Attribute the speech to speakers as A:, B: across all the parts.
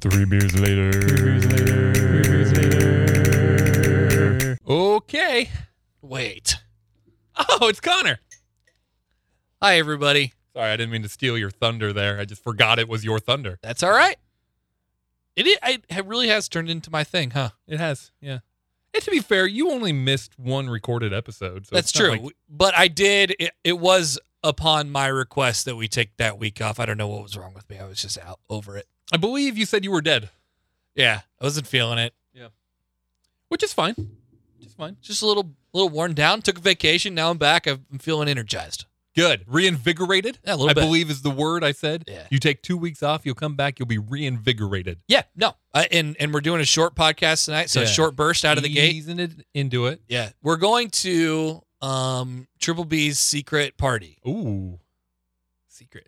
A: Three beers later.
B: Okay. Wait. Oh, it's Connor. Hi, everybody. Sorry, I didn't mean to steal your thunder there. I just forgot it was your thunder. That's all right. It, i- it, it really has turned into my thing, huh? It has, yeah. And to be fair, you only missed one recorded episode. So
C: That's
B: it's not
C: true.
B: like-
C: but I did. It, it was upon my request that we take that week off. I don't know what was wrong with me. I was just out over it.
B: I believe you said you were dead,
C: Yeah, I wasn't feeling it.
B: which is fine. Which is fine.
C: Just a little, little worn down. Took a vacation. Now I'm back. I'm feeling energized.
B: Good. Reinvigorated,
C: Yeah, a little
B: I
C: bit.
B: believe is the word I said.
C: Yeah.
B: You take two weeks off, you'll come back, you'll be reinvigorated.
C: Yeah, no. I, and and we're doing a short podcast tonight, so a
B: Yeah.
C: short burst out of the gate.
B: Easing it into it.
C: Yeah, we're going to um Triple B's secret party.
B: Ooh. Secret.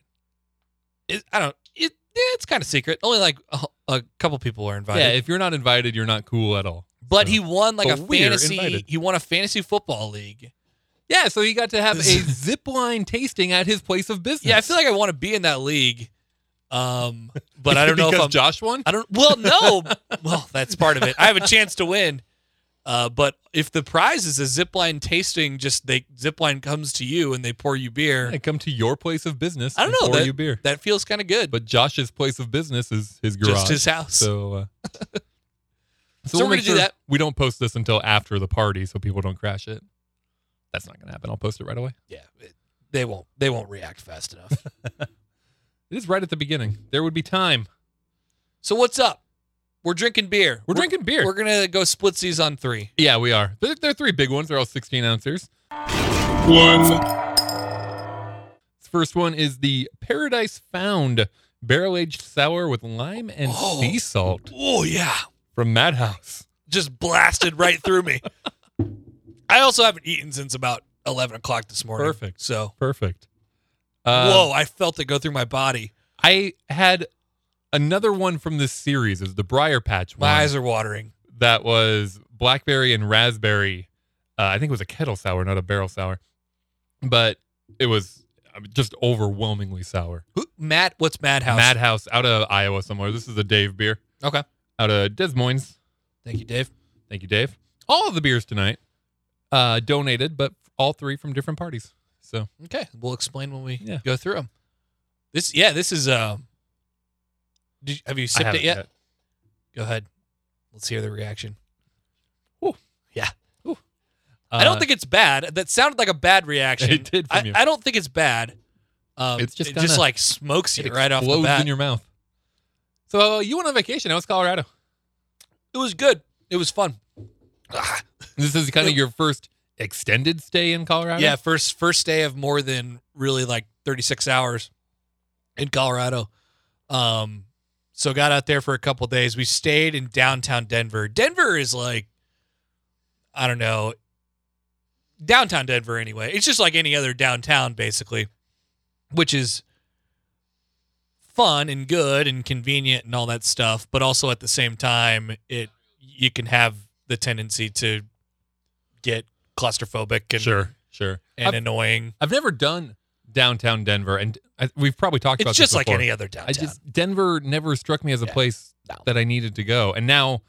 C: It, I don't. It, yeah, it's kind of secret. Only like a, a couple people were invited.
B: Yeah, if you're not invited, you're not cool at all.
C: but
B: so-
C: he won like
B: but
C: a
B: we're
C: fantasy.
B: invited.
C: He won a fantasy football league.
B: Yeah, so he got to have a zip line tasting at his place of business.
C: Yeah, I feel like I want to be in that league. Um, but I don't know if
B: Because
C: I'm.
B: Josh won.
C: I don't. Well, no. well, that's part of it. I have a chance to win. Uh, but if the prize is a zipline tasting, just they zipline comes to you and they pour you beer.
B: I come to your place of business.
C: I don't
B: and
C: know,
B: Pour
C: that-
B: you beer.
C: That feels kind of good.
B: But Josh's place of business is his garage.
C: just his house.
B: So, uh,
C: So we're
B: make
C: gonna do that.
B: We don't post this until after the party, so people don't crash it. That's not gonna happen. I'll post it right away.
C: yeah, it- they won't. They won't react fast enough.
B: It is right at the beginning. There would be time.
C: so what's up? We're drinking beer.
B: We're, drinking beer.
C: We're gonna go splitsies on three.
B: yeah, we are. They're, they're three big ones. They're all 16 ounces. This first one is the Paradise Found Barrel Aged Sour with lime and
C: Oh.
B: sea salt
C: Oh yeah,
B: from Madhouse.
C: just blasted right through me. I also haven't eaten since about eleven o'clock this morning.
B: Perfect.
C: So
B: Perfect. Um,
C: whoa, I felt it go through my body.
B: I had another one from this series. It was the Briar Patch
C: My
B: one.
C: eyes are watering.
B: that was blackberry and raspberry. Uh, I think it was a kettle sour, not a barrel sour, but it was I mean, just overwhelmingly sour.
C: Who, Matt, what's Madhouse?
B: Madhouse out of Iowa somewhere. This is a Dave beer
C: Okay.
B: out of Des Moines.
C: Thank you, Dave.
B: Thank you, Dave. All of the beers tonight uh, donated, but all three from different parties. So
C: Okay, we'll explain when we
B: Yeah.
C: go through them. This, yeah, this is. Um, did, have you sipped
B: haven't
C: it yet? Go ahead. Let's hear the reaction. I
B: Uh,
C: don't think it's bad. That sounded like a bad reaction.
B: It did from
C: I,
B: you.
C: I don't think it's bad. Um,
B: It's just
C: it
B: kinda-
C: just like smokes you
B: it
C: right off the
B: explodes
C: bat.
B: in your mouth. So uh, you went on vacation. I was Colorado.
C: it was good. It was fun. Ah,
B: This is kind of your first extended stay in Colorado.
C: yeah, first first day of more than really like 36 hours in Colorado. Um, so got out there for a couple days. We stayed in downtown Denver. Denver is like, I don't know, downtown Denver anyway. It's just like any other downtown basically, which is fun and good and convenient and all that stuff. But also at the same time, it you can have the tendency to get claustrophobic and
B: sure, sure.
C: and
B: I've-
C: annoying.
B: I've never done downtown Denver, and I, we've probably talked about
C: It's just
B: this
C: like
B: before.
C: any other
B: I
C: downtown.
B: just Denver never struck me as a
C: Yeah.
B: place
C: No.
B: that I needed to go, and now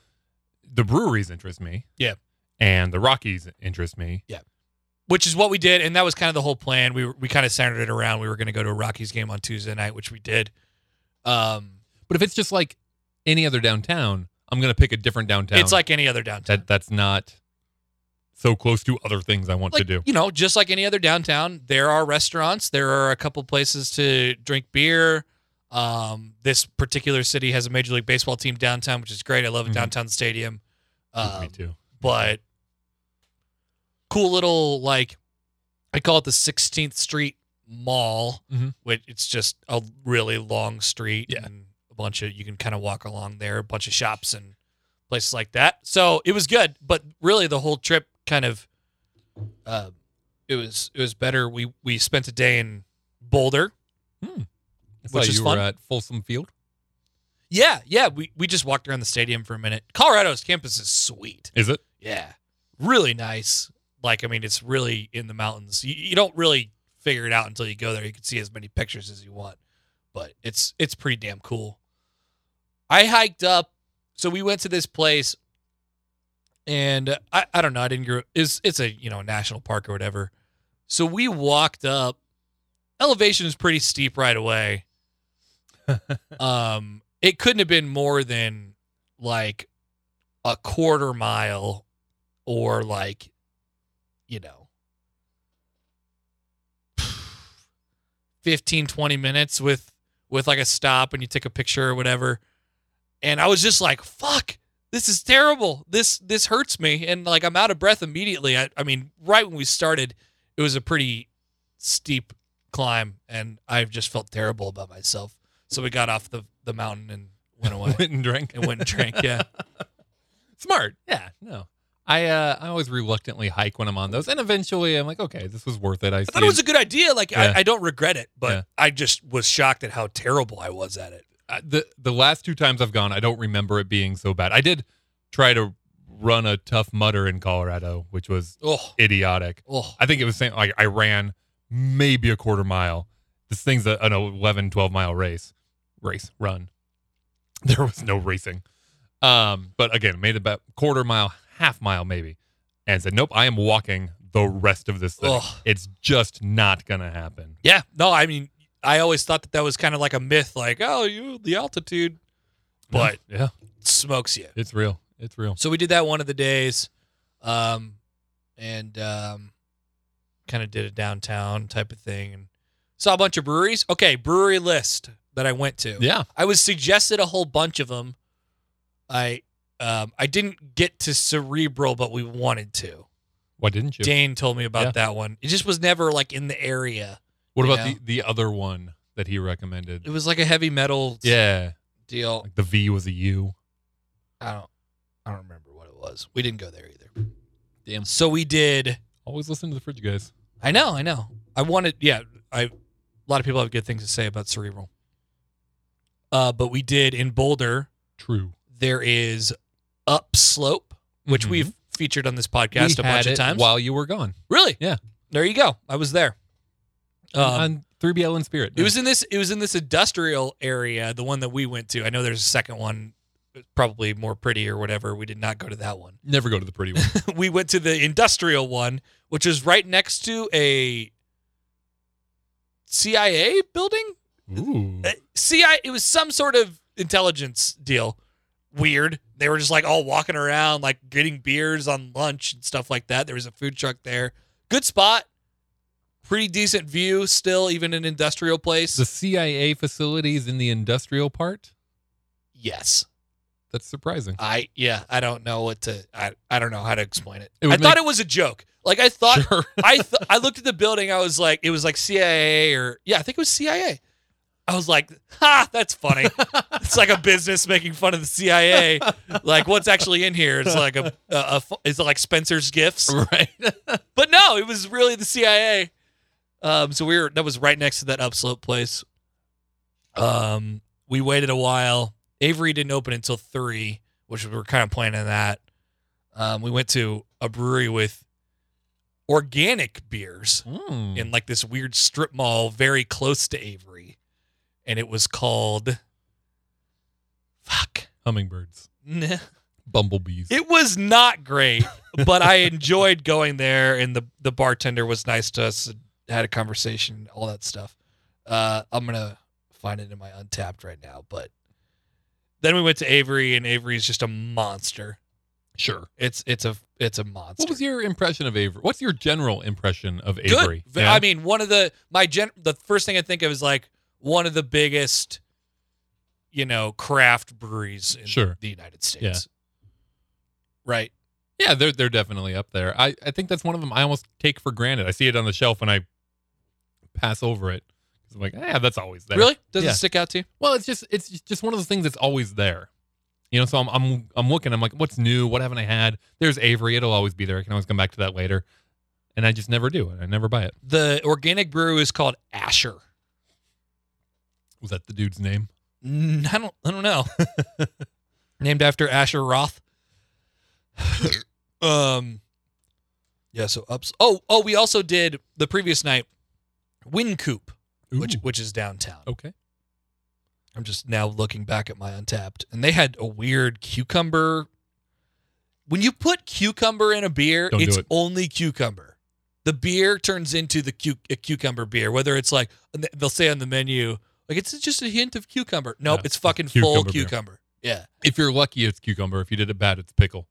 B: the breweries interest me.
C: Yeah.
B: and the Rockies interest me.
C: which is what we did, and that was kind of the whole plan. We were, we kind of centered it around we were going to go to a Rockies game on Tuesday night, which we did. Um,
B: But if it's just like any other downtown, I'm gonna pick a different downtown.
C: it's like any other downtown.
B: that. That's not so close to other things I want
C: like,
B: to do.
C: You know, just like any other downtown, there are restaurants, there are a couple places to drink beer. Um, this particular city has a major league baseball team downtown, which is great. I love a
B: Mhm.
C: downtown stadium.
B: me
C: Um,
B: too.
C: but cool little like I call it the 16th Street Mall,
B: Mhm.
C: which it's just a really long street
B: Yeah.
C: and a bunch of you can kind of walk along there, a bunch of shops and places like that. So it was good, but really the whole trip kind of uh, it was it was better. We we spent a day in Boulder.
B: I
C: which
B: saw
C: is
B: you
C: fun.
B: were at Folsom Field.
C: Yeah, yeah. We we just walked around the stadium for a minute. Colorado's campus is sweet.
B: Is it?
C: Yeah. Really nice. Like, I mean, it's really in the mountains. You, you don't really figure it out until you go there. You can see as many pictures as you want, but it's it's pretty damn cool. I hiked up. So we went to this place, and I, I don't know. I didn't grow. It's it's a you know national park or whatever. So we walked up. Elevation is pretty steep right away. um, it couldn't have been more than like a quarter mile, or like, you know. 15 20 minutes with with like a stop and you take a picture or whatever and i was just like fuck this is terrible this this hurts me and like i'm out of breath immediately i, I mean right when we started it was a pretty steep climb and i just felt terrible about myself so we got off the, the mountain and went away
B: Went and drank.
C: and went and drank yeah
B: Smart. Yeah. No. I uh, I always reluctantly hike when I'm on those, and eventually I'm like, okay, this was worth it. I,
C: i thought it was
B: see
C: a good idea like
B: Yeah.
C: I, I don't regret it but
B: Yeah.
C: i just was shocked at how terrible i was at it
B: uh, the the last two times I've gone, I don't remember it being so bad. I did try to run a tough mutter in Colorado, which was
C: oh
B: idiotic.
C: oh
B: I think it was saying like I ran maybe a quarter mile. This thing's a, an 11, 12 mile race, race run. There was no racing. Um, but again, made about quarter mile, half mile maybe, and said, nope, I am walking the rest of this thing.
C: Ugh.
B: It's just not gonna happen.
C: Yeah, no, I mean, I always thought that that was kind of like a myth, like oh, you the altitude, but
B: yeah,
C: smokes you.
B: it's real. It's real.
C: So we did that one of the days, um, and um, kind of did a downtown type of thing, and saw a bunch of breweries. Okay, brewery list that I went to.
B: Yeah.
C: I was suggested a whole bunch of them. I um, I didn't get to Cerebral, but we wanted to.
B: Why didn't you?
C: Dane told me about
B: Yeah.
C: that one. It just was never like in the area.
B: what about
C: Yeah.
B: the the other one that he recommended?
C: It was like a heavy metal
B: Yeah,
C: deal.
B: like the V was a U.
C: I don't I don't remember what it was. We didn't go there either.
B: Damn.
C: So we did
B: Always listen to the fridge guys.
C: I know, I know. I wanted yeah, I a lot of people have good things to say about cerebral. Uh but we did in Boulder,
B: True.
C: there is upslope, which
B: Mhm.
C: we've featured on this podcast
B: We
C: a bunch
B: had
C: of
B: it
C: times.
B: while you were gone.
C: really?
B: Yeah.
C: There you go. I was there. Um,
B: on 3BL and Spirit.
C: It was in this. It was in this industrial area, the one that we went to. I know there's a second one, probably more pretty or whatever. We did not go to that one.
B: never go to the pretty one.
C: we went to the industrial one, which is right next to a CIA building.
B: Ooh.
C: Uh, CIA, it was some sort of intelligence deal. Weird. They were just like all walking around, like getting beers on lunch and stuff like that. There was a food truck there. Good spot. Pretty decent view still, even an industrial place.
B: The CIA facilities in the industrial part?
C: yes.
B: That's surprising.
C: I, yeah, I don't know what to, I, I don't know how to explain it.
B: It
C: I
B: would
C: thought it was a joke. Like I thought
B: sure.
C: I th- I looked at the building. I was like, it was like CIA or yeah, I think it was CIA. I was like, ha, that's funny. it's like a business making fun of the CIA. Like, what's actually in here? It's like a, a, a fu- is it like Spencer's gifts?
B: right.
C: But no, it was really the CIA. Um, so we were that was right next to that upslope place. Um, we waited a while. Avery didn't open until three, which we were kind of planning that. Um, we went to a brewery with organic beers
B: Mm.
C: in like this weird strip mall very close to Avery. And it was called Fuck.
B: Hummingbirds,
C: Nah.
B: bumblebees.
C: It was not great, but I enjoyed going there and the the bartender was nice to us and had a conversation, all that stuff. Uh I'm gonna find it in my untapped right now, but then we went to Avery and Avery's just a monster.
B: sure.
C: It's it's a it's a monster.
B: What was your impression of Avery? What's your general impression of
C: good.
B: Avery?
C: V- I mean, one of the my gen the first thing I think of is like one of the biggest, you know, craft breweries in
B: Sure.
C: the United States. Right.
B: yeah, they're they're definitely up there. I, I think that's one of them I almost take for granted. I see it on the shelf and I pass over it. 'Cause I'm like, yeah, that's always there.
C: Really? Does
B: Yeah.
C: it stick out to you?
B: Well, it's just it's just one of those things that's always there. You know, so I'm I'm I'm looking. I'm like, what's new? What haven't I had? There's Avery. It'll always be there. I can always come back to that later. And I just never do. And I never buy it.
C: The organic brew is called Asher.
B: Was that the dude's name?
C: Mm, I don't I don't know. Named after Asher Roth. um Yeah, so ups Oh, oh, we also did the previous night Wincoop, which
B: Ooh.
C: which is downtown.
B: okay.
C: I'm just now looking back at my Untapped, and they had a weird cucumber. When you put cucumber in a beer,
B: Don't do
C: it's
B: it.
C: only cucumber. The beer turns into the cu- a cucumber beer. Whether it's like and they- they'll say on the menu, like it's just a hint of cucumber. Nope,
B: Yeah,
C: it's fucking
B: cucumber
C: full
B: beer.
C: cucumber. Yeah.
B: If you're lucky, it's cucumber. If you did it bad, it's pickle.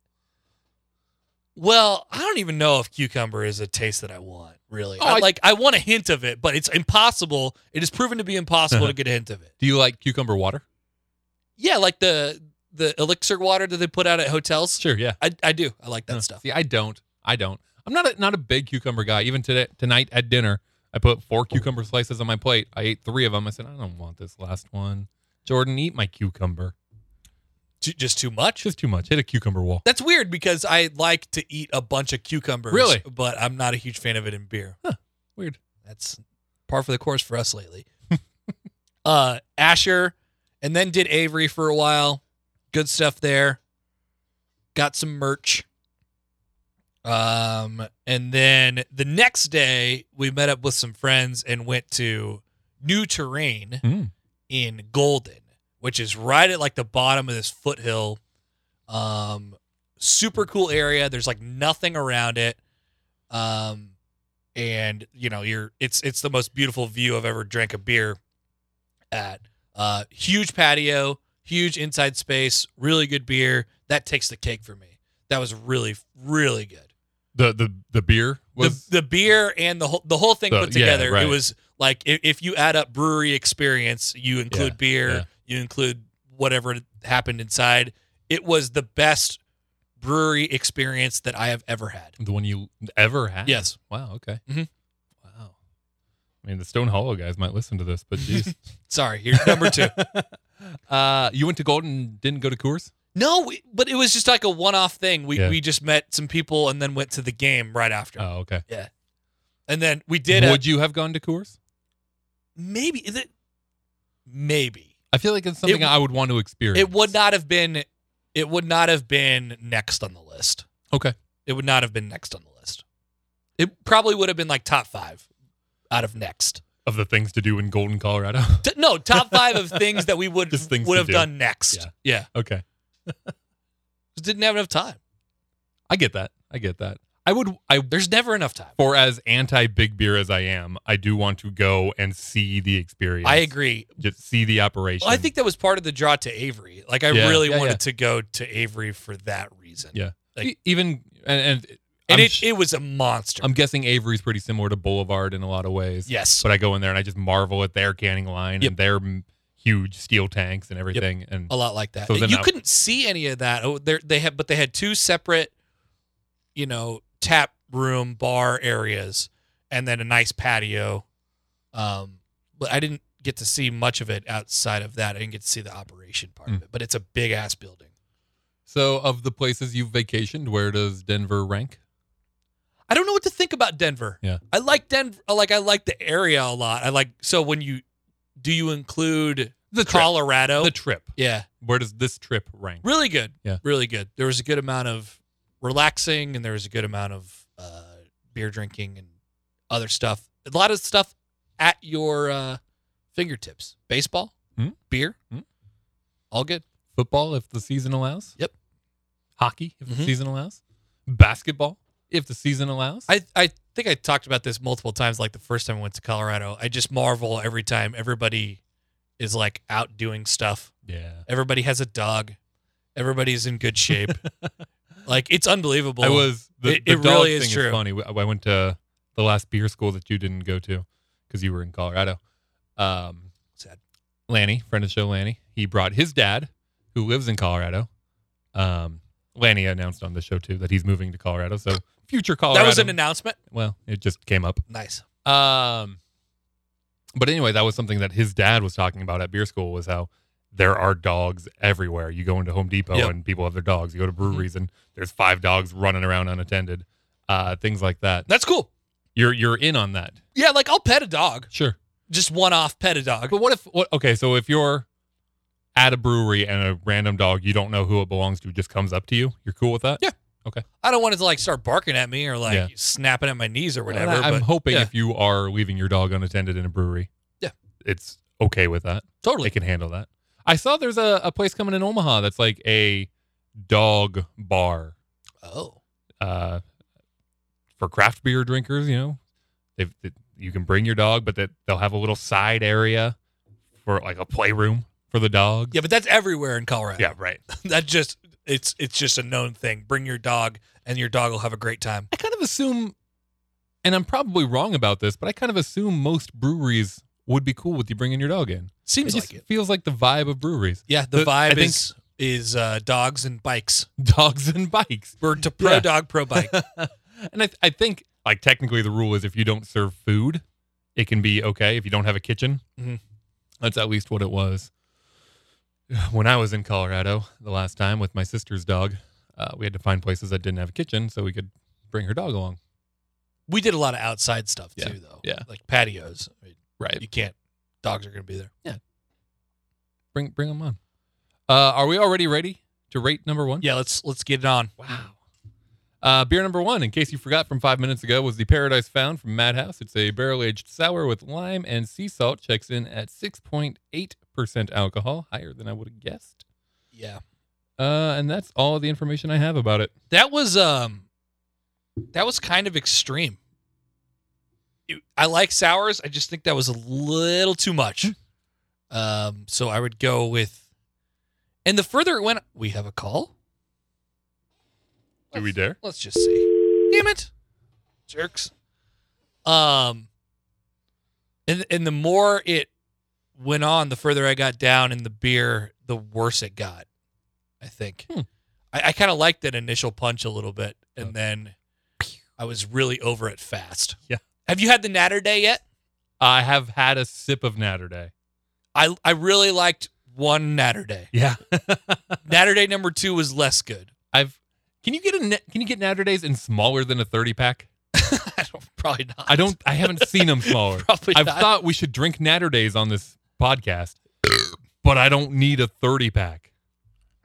C: Well, I don't even know if cucumber is a taste that I want. Really,
B: Oh,
C: I,
B: I-
C: like I want a hint of it, but it's impossible. It is proven to be impossible to get a hint of it.
B: Do you like cucumber water?
C: Yeah, like the the elixir water that they put out at hotels.
B: Sure, yeah.
C: I, I do. I like that
B: Uh,
C: stuff.
B: See, I don't. I don't. I'm not a, not a big cucumber guy. Even today, tonight at dinner, I put four cucumber slices on my plate. I ate three of them. I said, I don't want this last one. Jordan, eat my cucumber.
C: Ju- just too much.
B: Just too much. Hit a cucumber wall.
C: That's weird because I like to eat a bunch of cucumbers.
B: Really?
C: But I'm not a huge fan of it in beer.
B: Weird.
C: That's par for the course for us lately. uh Asher and then did Avery for a while. Good stuff there. Got some merch. Um and then the next day we met up with some friends and went to New Terrain
B: Mm.
C: in Golden, which is right at like the bottom of this foothill. Um, super cool area. There's like nothing around it. Um, and you know, you're it's it's the most beautiful view I've ever drank a beer at. Uh, huge patio, huge inside space, really good beer. That takes the cake for me. That was really really good
B: The the the beer was
C: the, the beer and the whole the whole thing
B: The-
C: put
B: yeah,
C: together.
B: right.
C: It was like if, if you add up brewery experience, you include
B: Yeah,
C: beer,
B: yeah.
C: you include whatever happened inside. It was the best brewery experience that I have ever had.
B: the, one you ever had.
C: Yes.
B: Wow. Okay.
C: Mhm.
B: Wow. I mean, the Stone Hollow guys might listen to this, but geez.
C: Sorry, here's number two.
B: uh, you went to Golden, didn't go to Coors.
C: no, we, but it was just like a one-off thing. We
B: Yeah.
C: we just met some people and then went to the game right after,
B: Oh, okay.
C: and then we did a,
B: Would you have gone to Coors?
C: maybe is it maybe
B: I feel like it's something
C: It-
B: I would want to experience.
C: it would not have been it would not have been next on the list.
B: Okay.
C: it would not have been next on the list. It probably would have been like top five out of next.
B: Of the things to do in Golden, Colorado.
C: T- no, top five of things that we would
B: Just things
C: would
B: to
C: have
B: do.
C: done next.
B: Yeah.
C: yeah,
B: okay.
C: just didn't have enough time.
B: I get that. I get that. I would. I
C: There's never enough time.
B: for as anti big beer as I am, I do want to go and see the experience.
C: I agree.
B: Just see the operation.
C: Well, I think that was part of the draw to Avery. Like I
B: Yeah.
C: really
B: Yeah,
C: wanted
B: yeah.
C: to go to Avery for that reason.
B: Yeah.
C: like-
B: E- even and, and I'm,
C: and it,
B: sh-
C: it was a monster.
B: I'm guessing Avery's pretty similar to Boulevard in a lot of ways.
C: yes,
B: But I go in there and I just marvel at their canning line
C: Yep.
B: and their m- huge steel tanks and everything. And
C: a lot like that.
B: So then
C: you
B: I-
C: couldn't see any of that. Oh, there they had, but they had two separate, you know, tap room bar areas, and then a nice patio. Um, but I didn't get to see much of it outside of that. I didn't get to see the operation part of
B: Mm.
C: it. But it's a big ass building.
B: so, of the places you've vacationed, where does Denver rank?
C: I don't know what to think about Denver.
B: Yeah.
C: I like Denver. Like I like the area a lot. I like so when you do you include
B: The
C: Colorado?
B: The trip.
C: yeah.
B: Where does this trip rank?
C: Really good.
B: Yeah.
C: Really good. There was a good amount of relaxing and there was a good amount of uh, beer drinking and other stuff. A lot of stuff at your uh, fingertips. Baseball,
B: Hmm.
C: beer,
B: Hmm.
C: all good.
B: Football, if the season allows.
C: Yep.
B: Hockey, if
C: Mhm.
B: the season allows. Mm-hmm. Basketball, if the season allows.
C: I, I think I talked about this multiple times, like the first time I went to Colorado. I just marvel every time everybody is like out doing stuff.
B: yeah.
C: Everybody has a dog. Everybody's in good shape. like it's unbelievable.
B: I was. The,
C: It-
B: the
C: it
B: dog
C: really is
B: thing
C: true.
B: funny. I I went to the last beer school that you didn't go to because you were in Colorado. Um,
C: Sad.
B: Lanny, friend of the show, Lanny. He brought his dad, who lives in Colorado. Um, Lanny announced on the show too that he's moving to Colorado. So future Colorado.
C: That was an announcement.
B: well, it just came up.
C: Nice.
B: Um, but anyway, that was something that his dad was talking about at beer school was how there are dogs everywhere. You go into Home Depot
C: Yep. Mm-hmm.
B: and people have their dogs. You go to breweries and there's five dogs running around unattended. Uh, things like that.
C: That's cool.
B: You're you're in on that.
C: Yeah, like I'll pet a dog.
B: Sure.
C: Just one off pet a dog.
B: But what if what okay, so if you're at a brewery and a random dog you don't know who it belongs to just comes up to you, you're cool with that?
C: Yeah. I don't want it to like start barking at me or like
B: Yeah.
C: snapping at my knees or whatever.
B: Whatever. I'm
C: but
B: hoping
C: yeah.
B: if you are leaving your dog unattended in a brewery,
C: Yeah.
B: it's okay with that.
C: totally.
B: They can handle that. I saw there's a, a place coming in Omaha that's like a dog bar
C: Oh.
B: uh, for craft beer drinkers. You know, they've, they, you can bring your dog, but that they'll have a little side area for like a playroom for the dogs.
C: Yeah, but that's everywhere in Colorado.
B: Yeah, right.
C: That just it's it's just a known thing. Bring your dog and your dog will have a great time.
B: I kind of assume, and I'm probably wrong about this, but I kind of assume most breweries would be cool with you bringing your dog in.
C: Seems
B: it
C: like
B: just
C: it.
B: feels like the vibe of breweries.
C: Yeah, the,
B: the- I
C: vibe
B: think-
C: is is uh, dogs and bikes.
B: Dogs and bikes.
C: We're to pro
B: Yeah.
C: dog, pro bike.
B: and I, I think, like, technically the rule is if you don't serve food, it can be okay if you don't have a kitchen.
C: Mhm.
B: That's at least what it was. When I was in Colorado the last time with my sister's dog, uh, we had to find places that didn't have a kitchen so we could bring her dog along.
C: we did a lot of outside stuff
B: Yeah,
C: too, though.
B: yeah.
C: like patios. I mean,
B: Right.
C: You can't. Dogs are going to be there.
B: Bring bring them on. Uh, are we already ready to rate number one?
C: Yeah, let's let's get it on.
B: Wow. Uh, beer number one, in case you forgot from five minutes ago, was the Paradise Found from Madhouse. It's a barrel aged sour with lime and sea salt. Checks in at 6.8% alcohol, higher than I would have guessed.
C: Yeah,
B: Uh, and that's all the information I have about it.
C: that was um, that was kind of extreme. It- I like sours. I just think that was a little too much.
B: Hmm.
C: Um, so I would go with. And the further it went, we have a call.
B: Do we dare?
C: Let's just see. Damn it, jerks. Um, and and the more it went on, the further I got down in the beer, the worse it got. I think.
B: Hmm. Oh.
C: I, I kind of liked that initial punch a little bit, and
B: Yeah.
C: then I was really over it fast.
B: Yeah.
C: Have you had the Natter Day yet?
B: I have had a sip of Natter Day.
C: I I really liked one Natter Day.
B: Yeah.
C: Natter Day number two was less good.
B: I've. Can you get a na- can you get Natter Days in smaller than a 30 pack?
C: I don't, probably not.
B: I don't I haven't seen them smaller.
C: Probably
B: I've
C: not.
B: thought we should drink Natter Days on this podcast, but I don't need a 30 pack.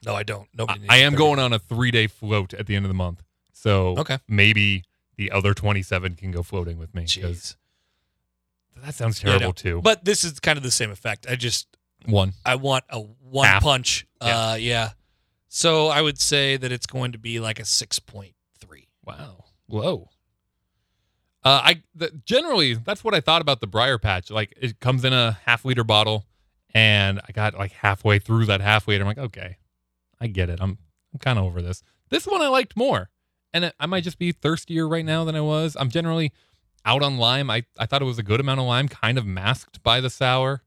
C: no, I don't. Nobody.
B: I,
C: needs
B: I am
C: 30.
B: going on a three day float at the end of the month. So
C: Okay.
B: maybe the other 27 can go floating with me. 'cause
C: Jeez.
B: That sounds
C: Yeah, I know.
B: terrible, too.
C: But this is kind of the same effect. I just
B: One.
C: I want a one
B: Half.
C: punch. Uh yeah. So I would say that it's going to be like a 6.3.
B: Wow. Low. Uh, I the, generally that's what I thought about the briar patch. Like it comes in a half liter bottle, and I got like halfway through that half liter. I'm like, okay, I get it. I'm I'm kind of over this. This one I liked more, and I- I might just be thirstier right now than I was. I'm generally out on lime. I I thought it was a good amount of lime, kind of masked by the sour.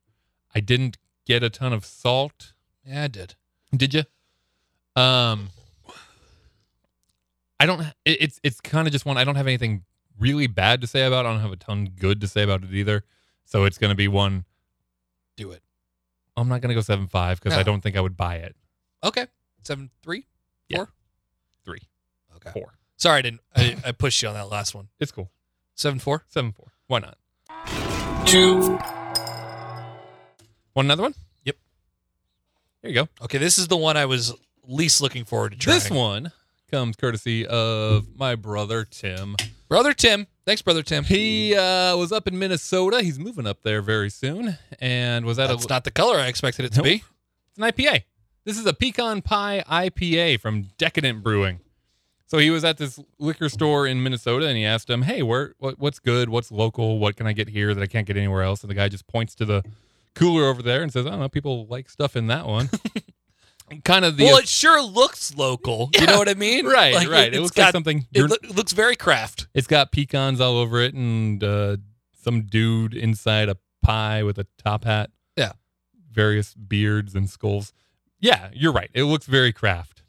B: I didn't get a ton of salt.
C: Yeah, I did.
B: Did you? Um, I don't. It, it's it's kind of just one. I don't have anything really bad to say about. it. I don't have a ton good to say about it either. So it's gonna be one.
C: Do it.
B: I'm not gonna go seven five because I
C: No.
B: don't think I would buy it.
C: Okay. 7.3?
B: Yeah.
C: 4?
B: Three,
C: Okay.
B: four.
C: Sorry, I didn't I, I pushed you on that last one.
B: It's cool.
C: 7.4?
B: Seven four. Why not?
C: Two.
B: Want another one?
C: Yep.
B: There you go.
C: Okay, this is the one I was least looking forward to trying.
B: This one comes courtesy of my brother Tim.
C: Brother Tim. Thanks, Brother Tim.
B: He uh, was up in Minnesota. He's moving up there very soon, and was at a
C: That's not the color I expected it to
B: uh, Nope.
C: be.
B: It's an IPA. This is a pecan pie IPA from Decadent Brewing. So he was at this liquor store in Minnesota, and he asked him, "Hey, where? What, what's good? What's local? What can I get here that I can't get anywhere else?" And the guy just points to the cooler over there and says, "I don't know. People like stuff in that one." kind of the uh,
C: well, it sure looks local. You know what I mean?
B: right,
C: Like,
B: right. It,
C: it's
B: looks
C: got,
B: like something.
C: It
B: you're-
C: loo- looks very craft.
B: it's got pecans all over it, and uh, some dude inside a pie with a top hat.
C: Yeah.
B: Various beards and skulls. Yeah, you're right. It looks very craft.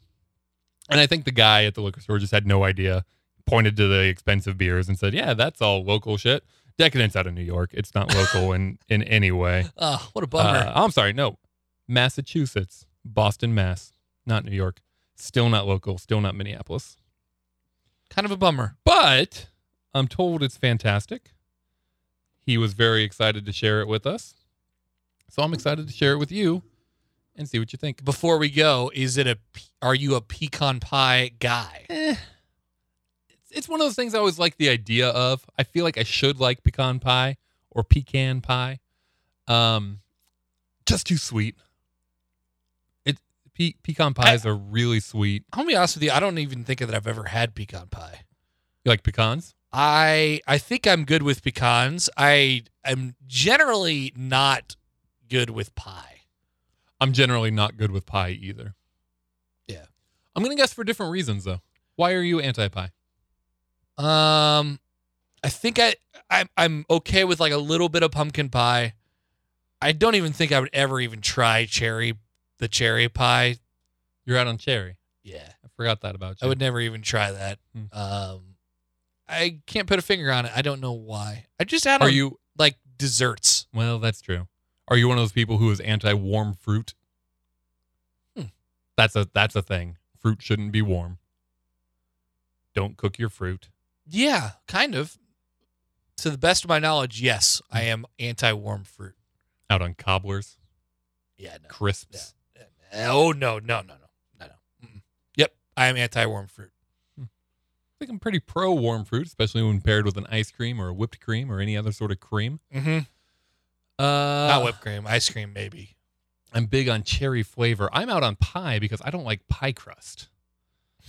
B: And I think the guy at the liquor store just had no idea, pointed to the expensive beers and said, Yeah, that's all local shit. Decadent's out of New York. It's not local in, in any way.
C: Oh, what a bummer.
B: Uh, I'm sorry, no. Massachusetts, Boston, Mass, not New York. Still not local, still not Minneapolis
C: kind of a bummer.
B: but I'm told it's fantastic. He was very excited to share it with us. So I'm excited to share it with you and see what you think.
C: before we go, is it a p- are you a pecan pie guy?
B: Eh, it's, it's one of those things I always like the idea of. I feel like I should like pecan pie or pecan pie. Um, just too sweet. Pe- pecan pies are really sweet.
C: I'm gonna be honest with you. I don't even think that I've ever had pecan pie.
B: You like pecans?
C: I I think I'm good with pecans. I am generally not good with pie.
B: I'm generally not good with pie either.
C: Yeah.
B: I'm gonna guess for different reasons though. Why are you anti pie?
C: Um, I think I I'm I'm okay with like a little bit of pumpkin pie. I don't even think I would ever even try cherry the cherry pie.
B: You're out on cherry.
C: Yeah.
B: I forgot that about you.
C: I would never even try that.
B: Hmm.
C: Um, I can't put a finger on it. I don't know why. I just I don't
B: Are you?
C: like desserts.
B: Well, that's true. Are you one of those people who is anti-warm fruit?
C: Hmm.
B: That's a that's a thing. Fruit shouldn't be warm. Don't cook your fruit.
C: Yeah, kind of. To the best of my knowledge, yes, I am anti-warm fruit.
B: Out on cobblers,
C: Yeah, no.
B: crisps.
C: Oh no, no, no, no, no, no. Mm-mm. Yep, I am anti-warm fruit.
B: I think I'm pretty pro warm fruit, especially when paired with an ice cream or a whipped cream or any other sort of cream.
C: Mm-hmm.
B: Uh,
C: Not whipped cream, ice cream maybe.
B: I'm big on cherry flavor. I'm out on pie because I don't like pie crust.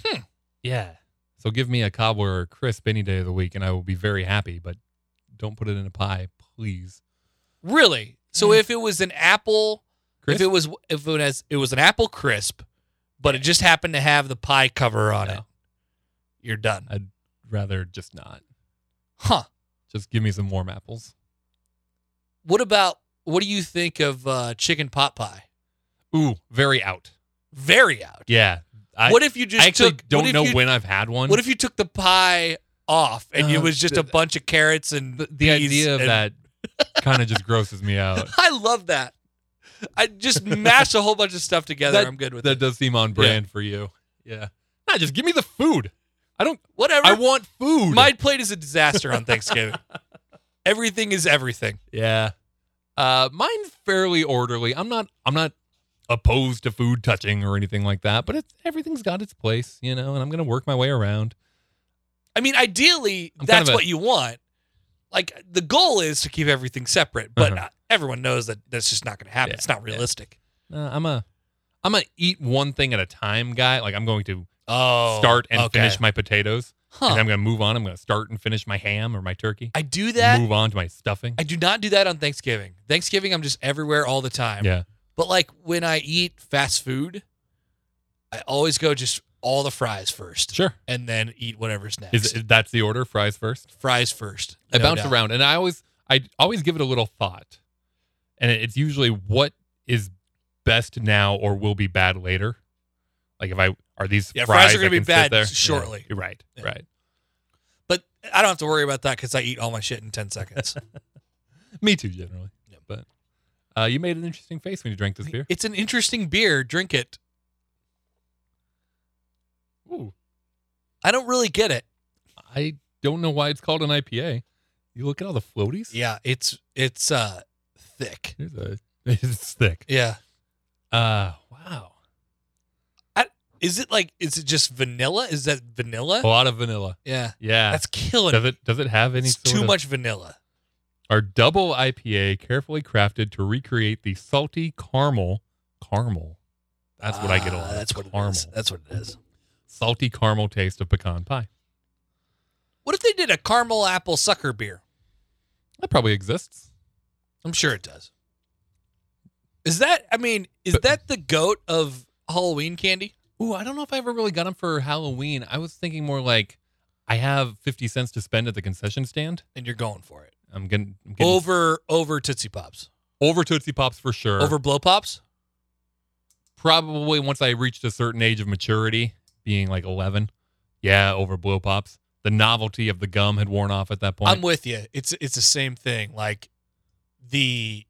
C: Hmm.
B: Yeah. So give me a cobbler or a crisp any day of the week, and I will be very happy. But don't put it in a pie, please.
C: Really? So
B: Mm.
C: if it was an apple,
B: Crisp?
C: if it was if it was it was an apple crisp, but it just happened to have the pie cover on it,
B: No.
C: you're done.
B: rather just not.
C: Huh.
B: Just give me some warm apples.
C: What about what do you think of uh, chicken pot pie?
B: Ooh, very out.
C: Very out.
B: Yeah. I,
C: what if you just
B: I actually
C: took, what
B: don't
C: if
B: know
C: you-
B: when I've had one.
C: What if you took the pie off and it
B: Uh,
C: was just a
B: th-
C: bunch of carrots and
B: the, the
C: peas
B: idea of
C: and-
B: that kind of just grosses me out.
C: I love that. I just mash a whole bunch of stuff together.
B: That-
C: I'm good with
B: That
C: it.
B: does seem on brand for you. Yeah. Nah, just give me the food. I don't.
C: Whatever.
B: I want food.
C: My plate is a disaster on Thanksgiving. everything is everything.
B: Yeah. Uh, mine's fairly orderly. I'm not. I'm not opposed to food touching or anything like that. But it's everything's got its place, you know. And I'm gonna work my way around.
C: I mean, ideally,
B: I'm kind
C: that's
B: of a-
C: what you want. Like the goal is to keep everything separate, but
B: Uh-huh.
C: uh, everyone knows that that's just not going to happen.
B: Yeah,
C: it's not
B: yeah.
C: realistic.
B: Uh, I'm a. I'm a eat one thing at a time guy. Like I'm going to
C: Oh,
B: start and
C: okay.
B: finish my potatoes,
C: Huh.
B: and I'm gonna move on. I'm gonna start and finish my ham or my turkey.
C: I do that.
B: move on to my stuffing.
C: I do not do that on Thanksgiving. Thanksgiving, I'm just everywhere all the time.
B: yeah.
C: But like when I eat fast food, I always go just all the fries first.
B: Sure.
C: and then eat whatever's next.
B: Is, is that's the order? Fries first.
C: Fries first.
B: I
C: no
B: bounce
C: doubt.
B: around, and I always I always give it a little thought, and it- it's usually what is best now or will be bad later. Like if I are these
C: Yeah, fries
B: fries,
C: are gonna
B: I
C: be
B: can sit
C: bad
B: there?
C: s- shortly.
B: Yeah, you're right,
C: Yeah.
B: right.
C: But I don't have to worry about that because I eat all my shit in 10 seconds.
B: Me too, generally.
C: Yep.
B: But uh, you made an interesting face when you drank this beer.
C: it's an interesting beer. Drink it.
B: Ooh,
C: I don't really get it.
B: I don't know why it's called an IPA. You look at all the floaties.
C: Yeah, it's it's uh thick.
B: Here's a, it's thick.
C: Yeah.
B: Uh, wow,
C: Is it like is it just vanilla? Is that vanilla?
B: a lot of vanilla.
C: yeah.
B: Oh, Yeah,
C: That's killing
B: does
C: it.
B: it does it have any
C: It's
B: sort
C: too
B: of-
C: much vanilla.
B: Our double IPA, carefully crafted to recreate the salty caramel. Caramel. That's what I get a
C: Ah,
B: lot. of,
C: That's what
B: caramel.
C: it is. That's what it is.
B: Salty caramel taste of pecan pie.
C: What if they did a caramel apple sucker beer?
B: That probably exists.
C: I'm sure it does. Is that I mean, is
B: But-
C: that the goat of Halloween candy?
B: Ooh, I don't know if I ever really got them for Halloween. I was thinking more like I have 50 cents to spend at the concession stand.
C: And you're going for it.
B: I'm getting, I'm getting
C: Over over Tootsie Pops.
B: over Tootsie Pops for sure.
C: Over blow pops?
B: probably once I reached a certain age of maturity, being like 11. Yeah, over Blow Pops. The novelty of the gum had worn off at that point.
C: I'm with you. It's it's the same thing. Like the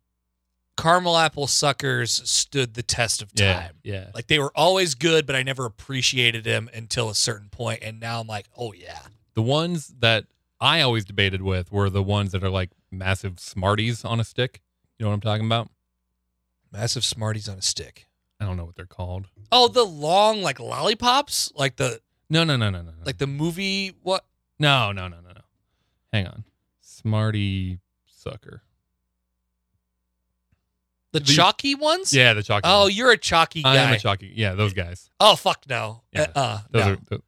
C: caramel apple suckers stood the test of time.
B: yeah, yeah.
C: Like they were always good, but I never appreciated them until a certain point, and now I'm like, oh yeah,
B: The ones that I always debated with were the ones that are like massive Smarties on a stick. You know what I'm talking about?
C: massive Smarties on a stick.
B: I don't know what they're called.
C: Oh, the long like lollipops, like the
B: No, no, no, no, no. no.
C: like the movie what?
B: no, no, no, no, no. Hang on, Smartie sucker.
C: The
B: The-
C: chalky ones?
B: Yeah, the chalky.
C: Oh,
B: ones.
C: you're a chalky
B: I am
C: guy.
B: a chalky. Yeah, those guys.
C: oh, fuck no.
B: Yeah,
C: Uh, uh,
B: Those
C: no.
B: are. Those,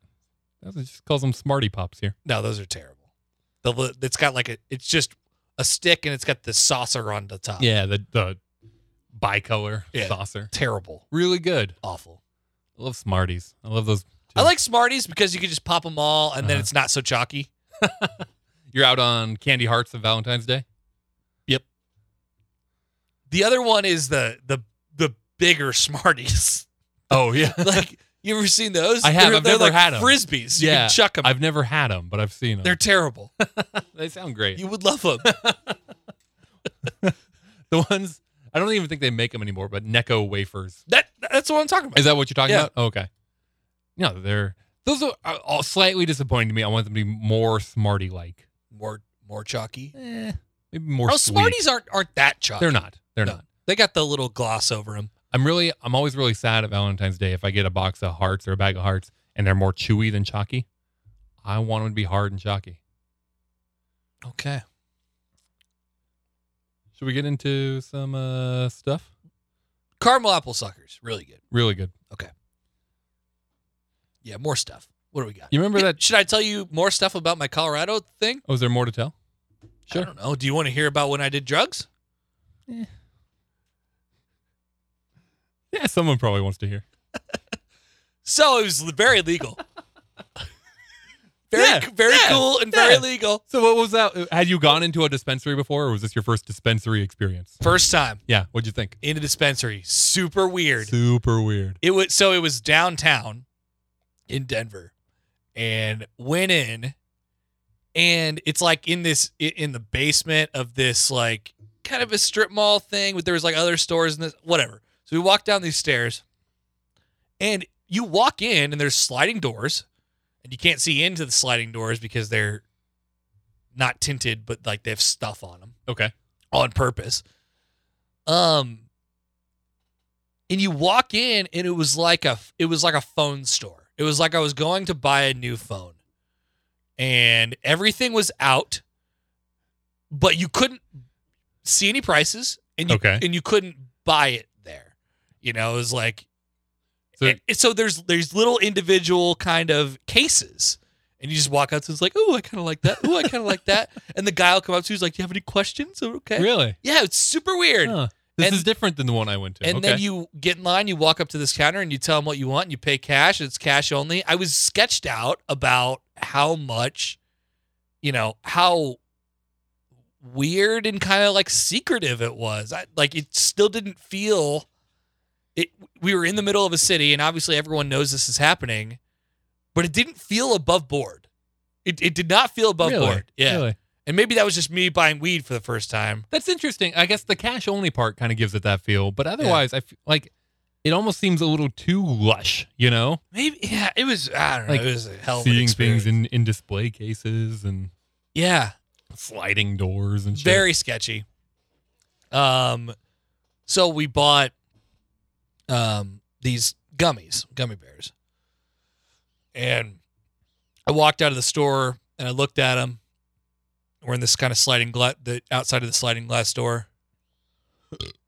B: those are- just calls them smarty pops here.
C: no, those are terrible. The li- it's got like a it's just a stick and it's got the saucer on the top.
B: Yeah, the the bicolor
C: Yeah.
B: saucer.
C: Terrible.
B: Really good.
C: Awful.
B: I love Smarties. I love those.
C: I like Smarties because you can just pop them all and then
B: Uh-huh.
C: it's not so chalky.
B: You're out on candy hearts on Valentine's Day.
C: The other one is the the the bigger Smarties.
B: Oh yeah.
C: like you ever seen those?
B: I have.
C: They're,
B: I've
C: they're
B: never
C: like
B: had 'em.
C: Frisbees. You
B: Yeah.
C: can chuck them.
B: I've never had them, but I've seen them.
C: They're terrible.
B: they sound great.
C: You would love them.
B: the ones I don't even think they make them anymore, but Necco wafers.
C: that that's what I'm talking about.
B: Is that what you're talking
C: Yeah.
B: about? okay. No, they're those are are all slightly disappointing to me. I want them to be more smarty like.
C: More more chalky.
B: Eh, maybe more.
C: Oh,
B: sweet.
C: Smarties aren't aren't that chalky.
B: They're not. They're
C: No.
B: not.
C: They got the little gloss over them.
B: I'm really. I'm always really sad at Valentine's Day if I get a box of hearts or a bag of hearts and they're more chewy than chalky. I want them to be hard and chalky.
C: Okay.
B: Should we get into some uh, stuff?
C: Caramel apple suckers, really good.
B: Really good.
C: Yeah, more stuff. What do we got?
B: You remember that?
C: Should I tell you more stuff about my Colorado thing?
B: Oh, is there more to tell?
C: I
B: Sure.
C: don't know. Do you want to hear about when I did drugs?
B: Yeah, someone probably wants to hear.
C: So it was very legal. very
B: Yeah,
C: very
B: yeah,
C: cool and very
B: yeah.
C: legal.
B: So what was that? Had you gone into a dispensary before, or was this your first dispensary experience?
C: First time
B: Yeah. What'd you think?
C: in a dispensary. Super weird.
B: Super weird.
C: It was so it was downtown in Denver, and went in, and it's like in this i- in the basement of this like kind of a strip mall thing. But there was like other stores and this whatever. So we walked down these stairs, and you walk in, and there's sliding doors, and you can't see into the sliding doors because they're not tinted, but like they have stuff on them
B: Okay.
C: on purpose. Um and you walk in and it was like a it was like a phone store. It was like I was going to buy a new phone. And everything was out but you couldn't see any prices and you
B: Okay.
C: and you couldn't buy it there. You know, it was like
B: So-
C: and- and so there's there's little individual kind of cases. And you just walk out to it's like, oh, I kind of like that. Oh, I kind of like that. And the guy will come up to you. He's like, do you have any questions? Oh, Okay.
B: Really?
C: Yeah, it's super weird.
B: Huh. This
C: And-
B: is different than the one I went to.
C: And then you get in line, you walk up to this counter and you tell them what you want, and you pay cash, it's cash only. I was sketched out about how much, you know, how weird and kind of like secretive it was. I, like it still didn't feel it we were in the middle of a city and obviously everyone knows this is happening, but it didn't feel above board. It, it did not feel above
B: Really?
C: board. Yeah.
B: Really?
C: And maybe that was just me buying weed for the first time.
B: That's interesting. I guess the cash only part kind of gives it that feel, but otherwise, I feel like it almost seems a little too lush. You know,
C: Maybe yeah, it was I don't know.
B: Like,
C: it was a hell of an
B: seeing
C: experience.
B: things in in display cases and
C: yeah,
B: sliding doors and shit.
C: very sketchy. Um, so we bought um these gummies, gummy bears, and I walked out of the store and I looked at them. We're in this kind of sliding glass, the outside of the sliding glass door,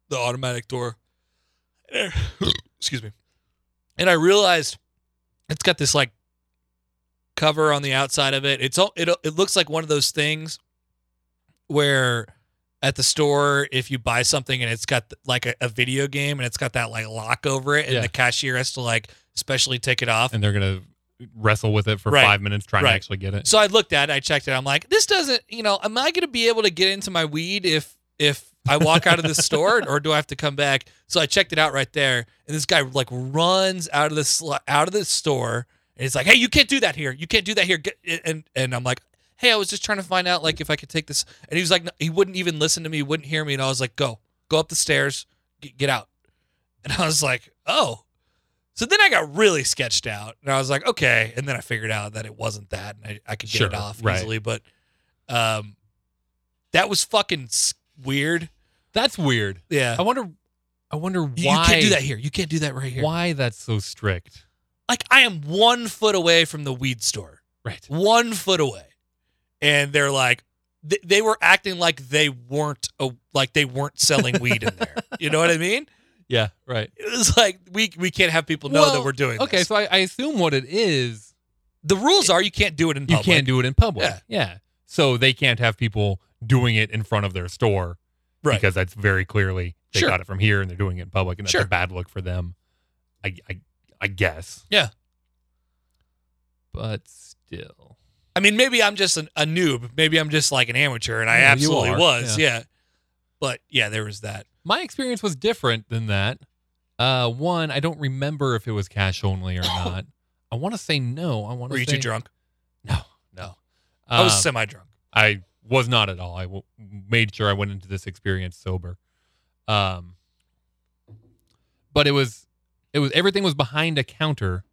C: the automatic door. And I- Excuse me, and I realized it's got this like cover on the outside of it. It's all it it looks like one of those things where at the store if you buy something and it's got like a, a video game and it's got that like lock over it and
B: Yeah.
C: the cashier has to like specially take it off
B: and they're gonna wrestle with it for
C: Right.
B: five minutes trying
C: Right.
B: to actually get it.
C: so I looked at it, I checked it. I'm like, this doesn't, you know, am I going to be able to get into my weed if if I walk out of the store or do I have to come back? So I checked it out right there, and this guy like runs out of the sli- out of the store, and he's like, hey, you can't do that here. You can't do that here. Get, and and I'm like, hey, I was just trying to find out like if I could take this. And he was like, no, he wouldn't even listen to me, wouldn't hear me, and I was like, go, go up the stairs, get, get out. And I was like, oh. So then I got really sketched out, and I was like, okay. And then I figured out that it wasn't that, and I, I could get it
B: Sure,
C: off
B: right.
C: easily. But um, that was fucking s- weird.
B: That's weird.
C: Yeah,
B: I wonder. I wonder why
C: You- you can't do that here. You can't do that right here.
B: Why that's so strict.
C: Like I am one foot away from the weed store,
B: Right.
C: one foot away, and they're like, th- they were acting like they weren't a, like they weren't selling weed in there. You know what I mean?
B: Yeah, right.
C: It was like we we can't have people know that
B: Well,
C: we're doing.
B: Okay,
C: this.
B: so I, I assume what it is,
C: the rules are you can't do it in
B: you
C: public.
B: can't do it in public.
C: Yeah.
B: So they can't have people doing it in front of their store
C: right.
B: because that's very clearly they
C: Sure.
B: got it from here and they're doing it in public and that's
C: Sure.
B: a bad look for them. I, I I guess.
C: Yeah.
B: But still.
C: I mean, maybe I'm just an, a noob. Maybe I'm just like an amateur, and I
B: No, you
C: absolutely
B: are,
C: was. Yeah. But yeah, there was that.
B: My experience was different than that. Uh, one, I don't remember if it was cash only or not. I want to say no. I want to
C: Were you
B: say
C: too drunk?
B: No, no.
C: I was
B: Um,
C: semi drunk.
B: I was not at all. I w- made sure I went into this experience sober. Um, but it was, it was everything was behind a counter,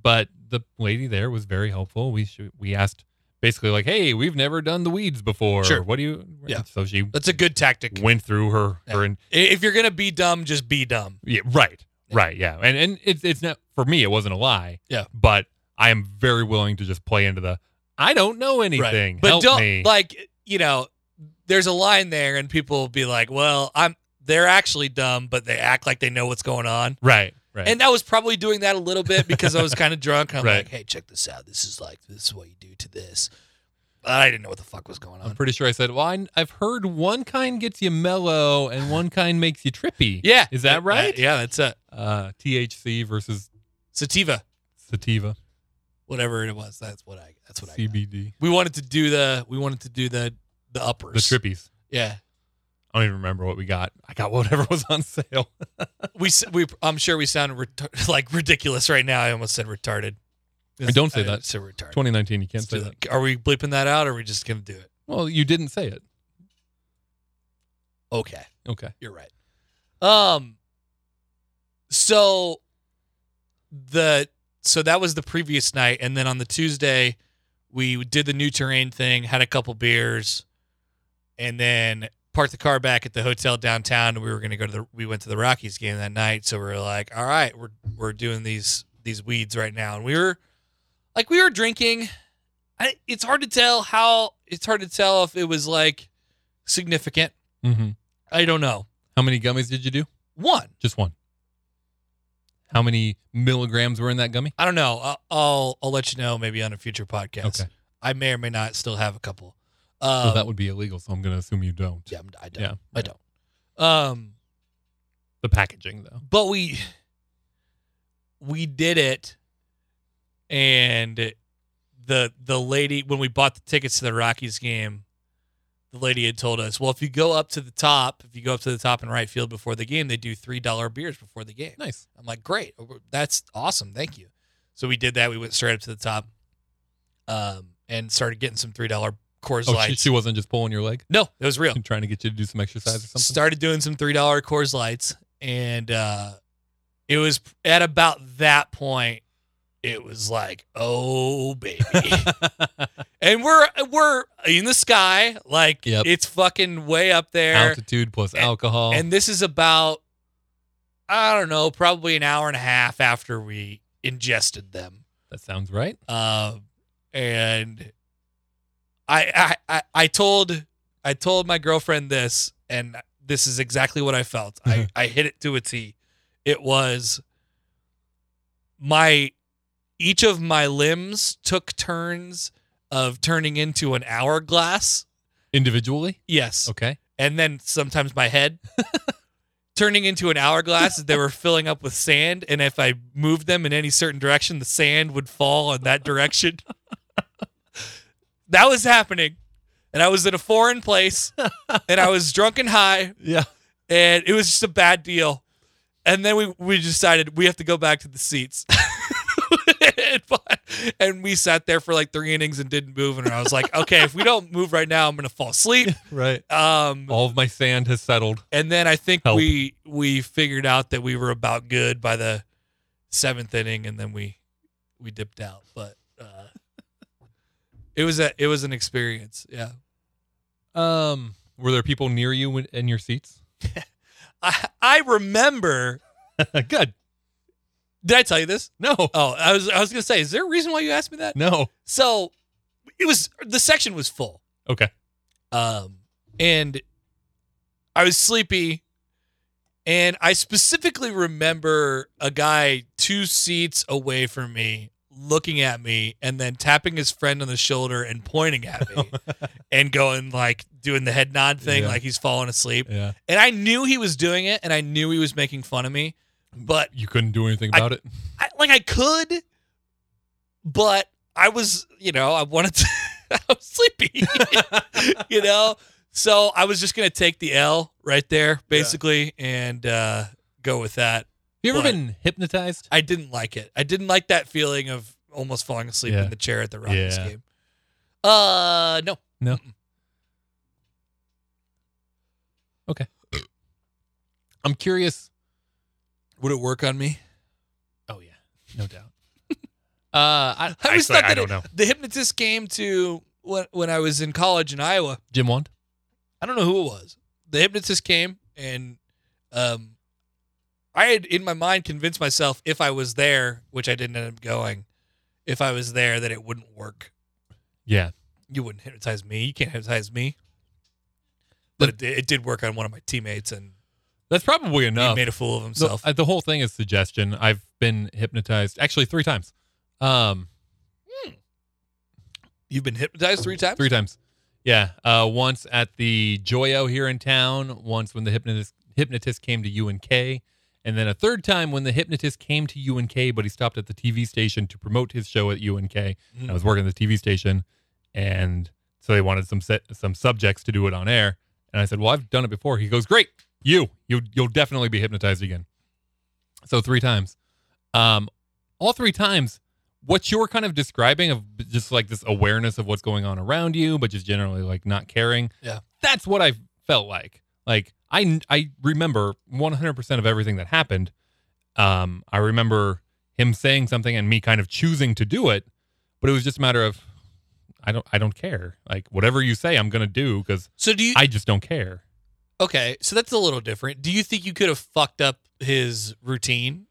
B: but the lady there was very helpful. We sh- we asked basically like, "Hey, we've never done the weeds before.
C: Sure.
B: What do you?"
C: Yeah.
B: So she
C: That's a good tactic.
B: went through her
C: Yeah.
B: her and
C: I- If you're gonna be dumb, just be dumb.
B: yeah, right,
C: Yeah.
B: right, yeah, and and it's it's not for me. It wasn't a lie.
C: Yeah.
B: but I am very willing to just play into the. I don't know anything.
C: Right. But
B: Help
C: don't
B: me.
C: like you know. There's a line there, and people will be like, "Well, I'm." They're actually dumb, but they act like they know what's going on.
B: right, right,
C: And I was probably doing that a little bit because I was kind of drunk. and I'm
B: Right.
C: like, "Hey, check this out. This is like this is what you do to this." But I didn't know what the fuck was going
B: I'm
C: on.
B: pretty sure I said, "Well, I, I've heard one kind gets you mellow and one kind makes you trippy."
C: Yeah,
B: Is that right?
C: yeah, that's it.
B: Uh, THC versus
C: Sativa.
B: sativa,
C: whatever it was. That's what I. That's what I. Got.
B: CBD,
C: We wanted to do the. We wanted to do the the
B: the
C: uppers.
B: trippies.
C: Yeah,
B: I don't even remember what we got. I got whatever was on sale.
C: we s- we. I'm sure we sound retar- like ridiculous right now. I almost said retarded.
B: Don't say
C: I
B: that.
C: So retarded.
B: 2019, you can't
C: Let's
B: say
C: do
B: that.
C: that. Are we bleeping that out? or Are we just gonna do it?
B: Well, you didn't say it.
C: Okay,
B: Okay.
C: you're right. Um. So. The so that was the previous night, and then on the Tuesday, we did the new terrain thing, had a couple beers, and then parked the car back at the hotel downtown. We were going to go to the we went to the Rockies game that night, so we were like, all right, we're we're doing these these weeds right now, and we were like we were drinking. I, it's hard to tell how it's hard to tell if it was like significant.
B: Mm-hmm.
C: I don't know.
B: How many gummies did you do?
C: One,
B: Just one. How many milligrams were in that gummy?
C: I don't know. I'll I'll, I'll let you know maybe on a future podcast.
B: Okay.
C: I may or may not still have a couple.
B: Well,
C: Um,
B: that would be illegal, so I'm going to assume you don't.
C: yeah, I'm- I don't.
B: Yeah,
C: I
B: right.
C: don't. Um,
B: The packaging, though.
C: but we we did it and the the lady when we bought the tickets to the Rockies game the lady had told us well if you go up to the top if you go up to the top in right field before the game they do $3 beers before the game
B: Nice.
C: I'm like great Oh, that's awesome thank you so we did that we went straight up to the top um and started getting some $3 Coors
B: Oh, she,
C: Lights
B: she wasn't just pulling your leg
C: no it was real
B: and trying to get you to do some exercise or something?
C: Started doing some three dollar Coors Lights, and uh, it was at about that point. It was like, oh baby, and we're we're in the sky, like
B: Yep.
C: it's fucking way up there,
B: altitude plus
C: And-
B: alcohol.
C: and this is about I don't know, probably an hour and a half after we ingested them.
B: that sounds right.
C: Um, and I, I, I, I told, I told my girlfriend this, and this is exactly what I felt. I, I hit it to a T. It was my, each of my limbs took turns of turning into an hourglass.
B: Individually,
C: Yes.
B: okay.
C: And then sometimes my head turning into an hourglass as they were filling up with sand. And if I moved them in any certain direction, the sand would fall in that direction. that was happening. And I was in a foreign place and I was drunk and high
B: Yeah.
C: and it was just a bad deal. And then we, we decided we have to go back to the seats. and, fi- and we sat there for like three innings and didn't move. And I was like, okay, if we don't move right now, I'm going to fall asleep.
B: Right.
C: Um,
B: All of my sand has settled.
C: and then I think
B: Help.
C: we we figured out that we were about good by the seventh inning, and then we we dipped out. But uh, it was a it was an experience. Yeah,
B: Um, were there people near you when, in your seats?
C: I I remember.
B: Good.
C: Did I tell you this?
B: No.
C: Oh, I was I was gonna say, is there a reason why you asked me that?
B: no.
C: So it was the section was full.
B: Okay.
C: Um, and I was sleepy, and I specifically remember a guy two seats away from me looking at me and then tapping his friend on the shoulder and pointing at me and going like doing the head nod thing
B: Yeah.
C: like he's falling asleep
B: Yeah.
C: and i knew he was doing it and i knew he was making fun of me but
B: You couldn't do anything
C: I-
B: about it.
C: I, like I could, but I was, you know, I wanted to. I was sleepy, you know, so I was just gonna take the L right there, basically, and uh, go with that.
B: You ever
C: What?
B: been hypnotized?
C: I didn't like it. I didn't like that feeling of almost falling asleep
B: Yeah.
C: in the chair at the Rockets
B: Yeah.
C: game. Uh, no,
B: No.
C: Mm-mm.
B: I'm curious.
C: would it work on me?
B: Oh yeah, no doubt. uh, I,
C: I always
B: actually,
C: thought
B: I
C: that
B: don't
C: it-
B: know.
C: The hypnotist came to when when I was in college in Iowa.
B: Jim Wand.
C: I don't know who it was. The hypnotist came and um I had in my mind convinced myself if I was there, which I didn't end up going, if I was there that it wouldn't work.
B: Yeah.
C: You wouldn't hypnotize me. You can't hypnotize me. But it, did- it did work on one of my teammates and
B: That's probably
C: he
B: enough.
C: made a fool of himself.
B: The, uh, the whole thing is suggestion. I've been hypnotized actually three times. Um,
C: You've been hypnotized three times?
B: three times. Yeah. Uh, once at the Joyo here in town. Once when the hypnotist hypnotist came to UNK, and then a third time when the hypnotist came to UNK, but he stopped at the TV station to promote his show at UNK. I was working at the TV station, and so they wanted some set, some subjects to do it on air. And I said, "Well, I've done it before." He goes, "Great, you, you, you'll definitely be hypnotized again." So three times, um, all three times, what you're kind of describing of just like this awareness of what's going on around you, but just generally like not caring.
C: Yeah.
B: that's what I felt like. Like I, I remember 100% of everything that happened. Um, I remember him saying something and me kind of choosing to do it, but it was just a matter of I don't I don't care. Like whatever you say, I'm gonna do because
C: So do you
B: I just don't care.
C: Okay, so that's a little different. Do you think you could have fucked up his routine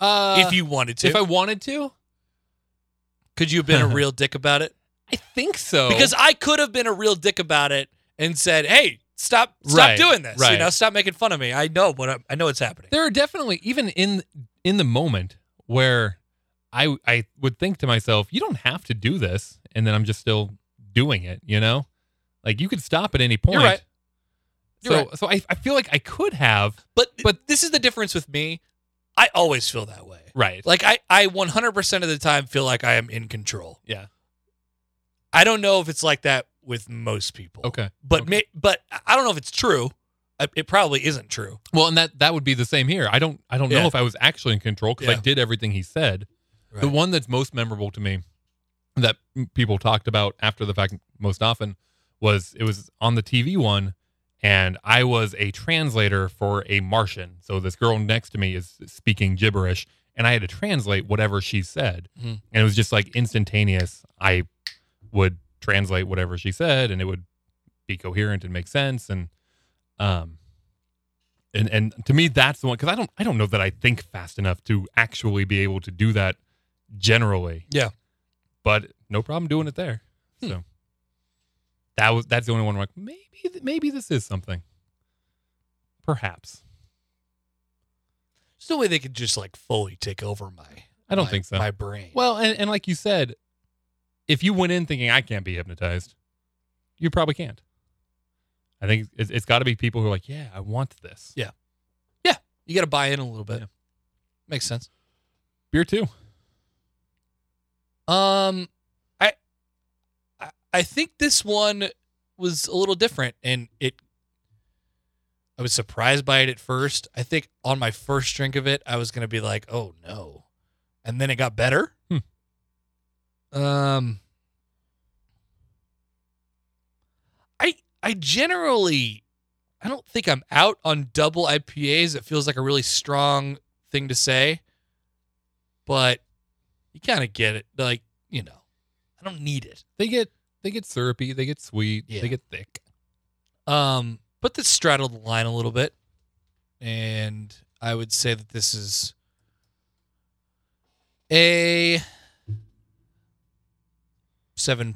B: Uh,
C: if you wanted to?
B: if I wanted to,
C: could you have been a real dick about it?
B: I think so
C: because I could have been a real dick about it and said, "Hey, stop, stop
B: Right,
C: doing this. You
B: right.
C: know, stop making fun of me. I know what I, I know. It's happening."
B: there are definitely even in in the moment where I I would think to myself, you don't have to do this, and then I'm just still doing it. You know, like you could stop at any point.
C: right. You're
B: so so I, I feel like I could have
C: But but this is the difference with me. I always feel that way.
B: right.
C: Like I I 100% of the time feel like I am in control.
B: Yeah.
C: I don't know if it's like that with most people.
B: Okay.
C: But
B: okay.
C: may, but I don't know if it's true. I- It probably isn't true.
B: Well, and that that would be the same here. I don't I don't
C: Yeah.
B: know if I was actually in control because
C: Yeah.
B: I did everything he said. The
C: Right.
B: one that's most memorable to me that m- people talked about after the fact most often was it was on the TV one and I was a translator for a Martian. So this girl next to me is speaking gibberish and I had to translate whatever she said.
C: Mhm.
B: And it was just like instantaneous. I would translate whatever she said and it would be coherent and make sense and um and and to me that's the one because I don't I don't know that I think fast enough to actually be able to do that generally.
C: Yeah.
B: But no problem doing it there.
C: Hmm.
B: So that was that's the only one where I'm like maybe th- maybe this is something. Perhaps.
C: There's no way they could just like fully take over my
B: I don't
C: my-
B: think so.
C: my brain.
B: Well, and, and like you said, if you went in thinking I can't be hypnotized, you probably can't. I think it's, it's got to be people who are like, yeah, I want this.
C: Yeah. you got to buy in a little bit.
B: Yeah.
C: Makes sense.
B: Beer too.
C: Um, I, I, I think this one was a little different, and it. I was surprised by it at first. I think on my first drink of it, I was gonna be like, "Oh no," and then it got better. Um, I I generally, I don't think I'm out on double IPAs. It feels like a really strong thing to say, but you kind of get it. Like, you know, I don't need it.
B: They get they get syrupy, they get sweet,
C: Yeah.
B: they get thick.
C: Um, but this straddled the line a little bit. And I would say that this is a 7.2.
B: Seven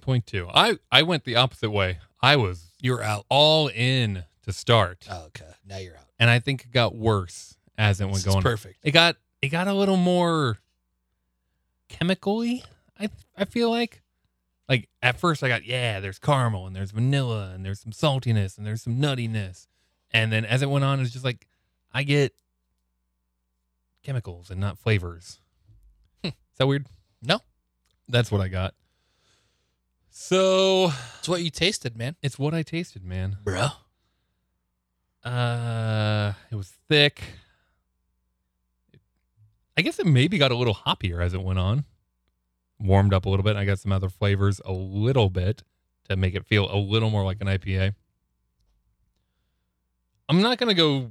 B: point two. I I went the opposite way. I was
C: You were out.
B: all in to start,
C: Oh, okay. Now you're out.
B: and I think it got worse as it went
C: This is
B: going.
C: perfect.
B: It got it got a little more chemically. I I feel like like at first I got yeah, there's caramel and there's vanilla and there's some saltiness and there's some nuttiness, and then as it went on, it's just like I get chemicals and not flavors. Is that weird?
C: No.
B: that's what I got. So
C: It's what you tasted, man.
B: it's what I tasted, man.
C: Bro.
B: Uh, it was thick. I guess it maybe got a little hoppier as it went on. Warmed up a little bit. and I got some other flavors a little bit to make it feel a little more like an IPA. I'm not going to go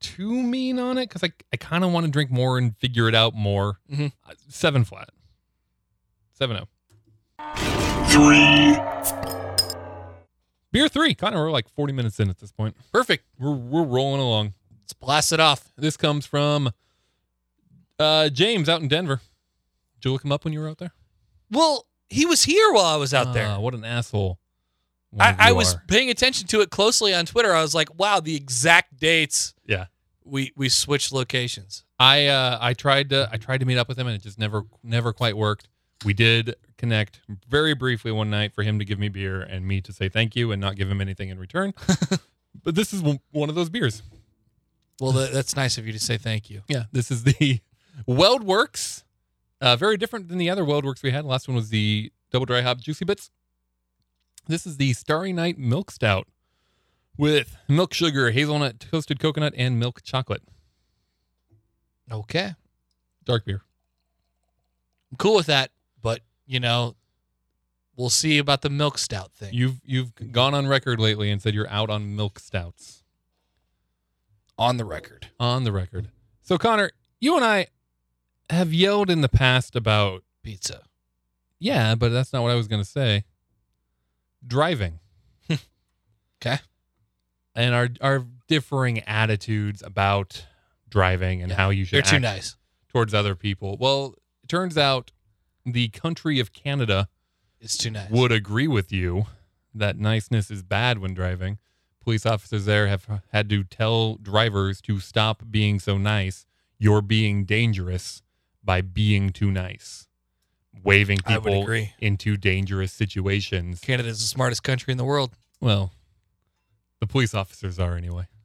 B: too mean on it because I, I kind of want to drink more and figure it out more.
C: Mhm.
B: Uh, Seven flat. Seven oh.
A: three,
B: Beer three. Connor, we're like 40 minutes in at this point.
C: Perfect.
B: We're, we're rolling along.
C: Let's blast it off.
B: This comes from uh, James out in Denver. Did you look him up when you were out there?
C: Well, he was here while I was out there.
B: Ah, what an asshole. one
C: I,
B: of
C: I
B: you
C: was
B: are.
C: paying attention to it closely on Twitter. I was like, wow, the exact dates.
B: Yeah.
C: We we switched locations.
B: I uh, I tried to I tried to meet up with him and it just never never quite worked. We did connect very briefly one night for him to give me beer and me to say thank you and not give him anything in return. but this is one- one of those beers.
C: Well, that, that's nice of you to say thank you.
B: Yeah, this is the Weld Works. Uh, very different than the other Weld Works we had. Last one was the Double Dry Hop Juicy Bits. This is the Starry Night Milk Stout with milk sugar, hazelnut, toasted coconut, and milk chocolate.
C: Okay.
B: Dark beer.
C: I'm cool with that, but you know, we'll see about the milk stout thing.
B: You've you've gone on record lately and said you're out on milk stouts.
C: on the record.
B: On the record. So Connor, you and I have yelled in the past about
C: Pizza.
B: yeah, but that's not what I was gonna say. Driving.
C: Okay.
B: and our our differing attitudes about driving and
C: Yeah,
B: how you should
C: They're too
B: act
C: nice.
B: towards other people. Well, it turns out the country of Canada
C: It's too nice.
B: would agree with you that niceness is bad when driving. Police officers there have had to tell drivers to stop being so nice. You're being dangerous by being too nice, waving
C: I would
B: people
C: agree.
B: into dangerous situations.
C: Canada's the smartest country in the world.
B: Well, the police officers are anyway.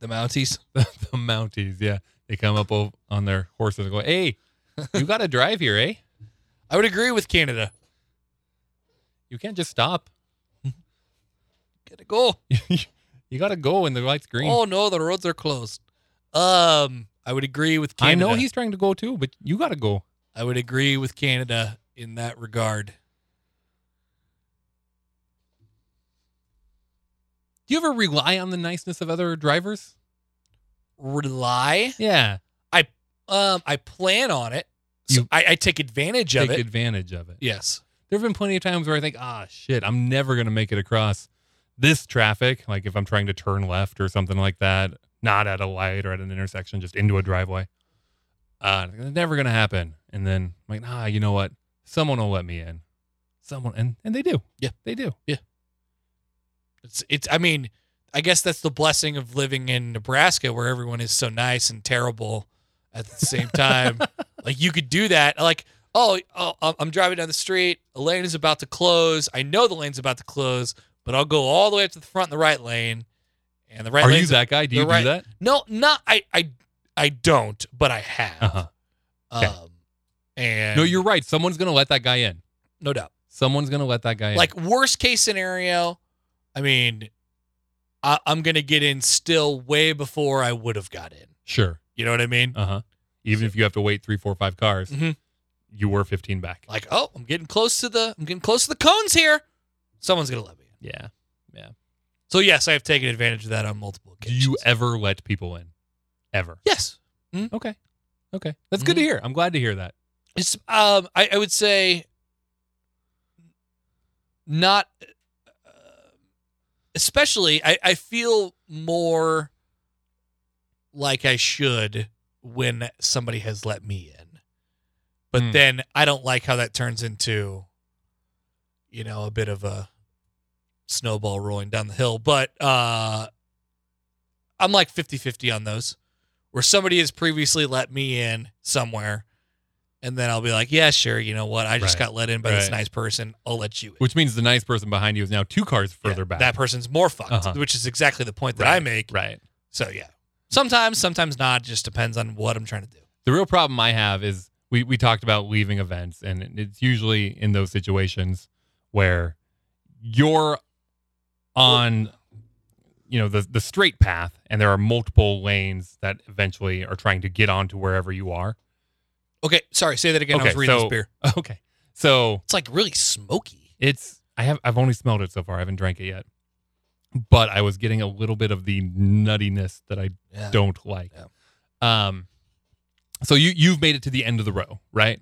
C: The Mounties.
B: the, the Mounties. Yeah, they come up o- on their horses and go, "Hey, you got to drive here, eh?
C: I would agree with Canada.
B: You can't just stop.
C: Get a goal.
B: you got to go when the light's green."
C: Oh no, the roads are closed. Um, I would agree with
B: I
C: Canada.
B: know he's trying to go too, but you got to go.
C: I would agree with Canada in that regard.
B: Do you ever rely on the niceness of other drivers?
C: Rely.
B: Yeah,
C: Um, I plan on it. So
B: You-
C: I, I take advantage
B: take
C: of it.
B: advantage of it.
C: yes.
B: There have been plenty of times where I think, "Ah, shit, I'm never gonna make it across this traffic." Like if I'm trying to turn left or something like that, not at a light or at an intersection, just into a driveway. uh, it's never gonna happen. And then I'm like, ah, you know what? Someone will let me in. Someone and and they do.
C: Yeah.
B: they do.
C: It's it's I mean, I guess that's the blessing of living in Nebraska where everyone is so nice and terrible at the same time. like you could do that. Like, oh, oh, I'm- I'm driving down the street, a lane is about to close. I know the lane's about to close, but I'll go all the way up to the front in the right lane. And the right
B: Are you
C: lane's
B: that guy? Do you
C: they're right.
B: do that?
C: No, not I I I don't, but I have.
B: Uh huh. Okay.
C: Um and
B: No, you're right. Someone's gonna let that guy in.
C: no doubt.
B: Someone's gonna let that guy in.
C: Like worst case scenario, I mean, I, I'm gonna get in still way before I would have got in.
B: sure.
C: You know what I mean?
B: Uh huh. Even if you have to wait three, four, five cars,
C: Mhm.
B: you were 15 back.
C: Like, oh, I'm getting close to the I'm getting close to the cones here. Someone's gonna let me in.
B: yeah.
C: So yes, I have taken advantage of that on multiple
B: Do
C: occasions.
B: you ever let people in? Ever?
C: yes.
B: Okay. Okay. That's good to hear. I'm glad to hear that.
C: It's um I, I would say not uh, especially I, I feel more like I should when somebody has let me in. But
B: Hmm.
C: then I don't like how that turns into you know, a bit of a snowball rolling down the hill. But uh, I'm like 50 50 on those where somebody has previously let me in somewhere. And then I'll be like, yeah, sure. You know what? I just
B: Right.
C: got let in by this
B: Right.
C: nice person. I'll let you in.
B: Which means the nice person behind you is now two cars further
C: Yeah,
B: back.
C: That person's more fucked,
B: Uh-huh.
C: which is exactly the point that I
B: Right,
C: make.
B: Right.
C: So, yeah. Sometimes, sometimes not. It just depends on what I'm trying to do.
B: The real problem I have is we, we talked about leaving events, and it's usually in those situations where you're on you know the the straight path and there are multiple lanes that eventually are trying to get onto wherever you are.
C: Okay. Sorry. Say that again. I was
B: Okay,
C: reading
B: so-
C: this beer.
B: Okay. So
C: It's like really smoky.
B: It's I have I've only smelled it so far. I haven't drank it yet. But I was getting a little bit of the nuttiness that I
C: Yeah.
B: don't like. Um so you you've made it to the end of the row, right?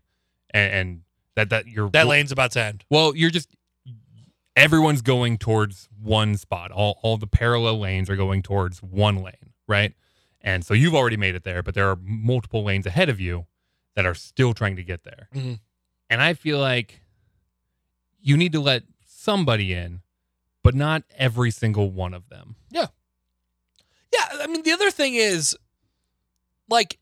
B: And, and that that you're
C: That lane's about to end.
B: Well, you're just everyone's going towards one spot. All all the parallel lanes are going towards one lane, right? And so you've already made it there, but there are multiple lanes ahead of you that are still trying to get there.
C: Mhm.
B: And I feel like you need to let somebody in, but not every single one of them.
C: Yeah, I mean the other thing is, like,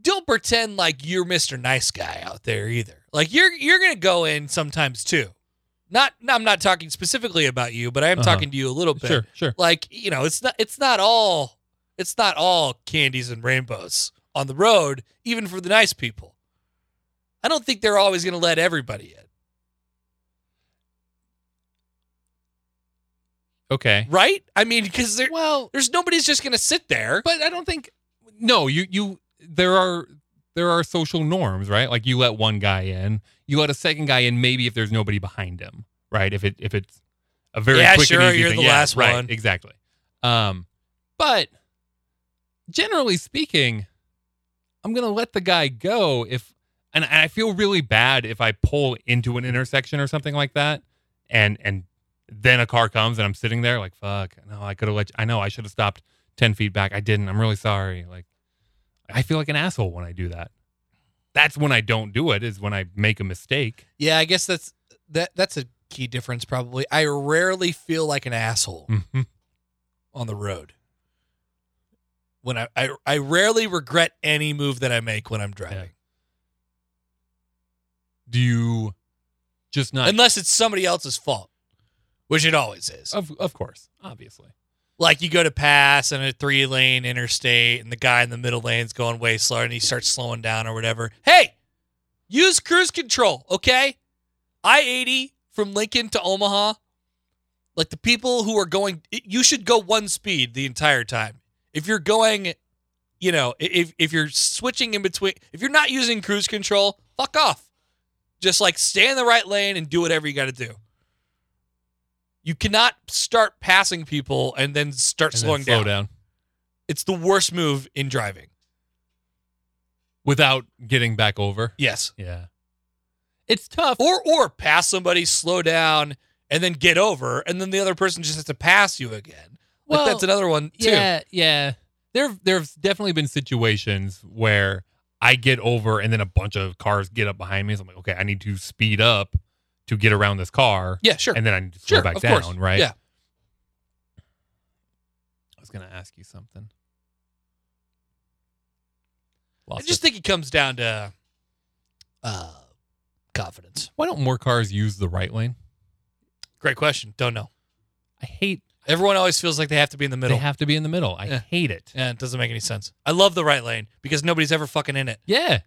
C: don't pretend like you're Mr. Nice Guy out there either. Like you're you're gonna go in sometimes too. Not, no, I'm not talking specifically about you, but I am
B: Uh-huh.
C: talking to you a little bit.
B: Sure, sure.
C: Like you know, it's not it's not all it's not all candies and rainbows on the road, even for the nice people. I don't think they're always gonna let everybody in,
B: Okay.
C: right? I mean, because there
B: Well,
C: there's nobody's just gonna sit there.
B: but I don't think no, you you there are there are social norms, right? Like you let one guy in, you let a second guy in maybe if there's nobody behind him, right? If it if it's a very
C: Yeah,
B: quick and
C: sure,
B: easy
C: you're
B: thing.
C: the
B: Yeah,
C: last
B: right,
C: one.
B: Exactly. Um but generally speaking, I'm going to let the guy go if and I feel really bad if I pull into an intersection or something like that and and then a car comes and I'm sitting there like fuck no I could have let you, I know I should have stopped 10 feet back I didn't I'm really sorry like I feel like an asshole when I do that that's when I don't do it is when I make a mistake
C: Yeah, I guess that's that that's a key difference probably. I rarely feel like an asshole
B: Mhm.
C: on the road. When I, I I rarely regret any move that I make when I'm driving.
B: do you just not
C: Unless it's somebody else's fault. Which it always is.
B: of of course obviously
C: Like you go to pass on a three lane interstate and the guy in the middle lane's going way slower and he starts slowing down or whatever. Hey, use cruise control, okay? I 80 from Lincoln to Omaha. Like the people who are going, you should go one speed the entire time. If you're going, you know, i- if, if you're switching in between, if you're not using cruise control, fuck off. Just like stay in the right lane and do whatever you got to do. You cannot start passing people and then start
B: And then
C: slowing
B: slow
C: down. It's the worst move in driving.
B: without getting back over
C: Yes.
B: yeah it's tough
C: or or pass somebody, slow down, and then get over, and then the other person just has to pass you again. Well,
B: Well,
C: that's another one too.
B: Yeah, yeah. There, there's definitely been situations where I get over, and then a bunch of cars get up behind me. So I'm like, okay, I need to speed up to get around this car,
C: Yeah, sure,
B: and then I need to slow
C: sure,
B: back
C: of
B: down.
C: course.
B: Right?
C: Yeah,
B: I was gonna ask you something.
C: I
B: Lost
C: just
B: it.
C: think it comes down to uh, confidence.
B: why don't more cars use the right lane?
C: Great question. Don't know.
B: I hate
C: Everyone always feels like they have to be in the middle.
B: they have to be in the middle. I
C: Yeah.
B: hate it.
C: yeah, it doesn't make any sense. I love the right lane because nobody's ever fucking in it.
B: Yeah.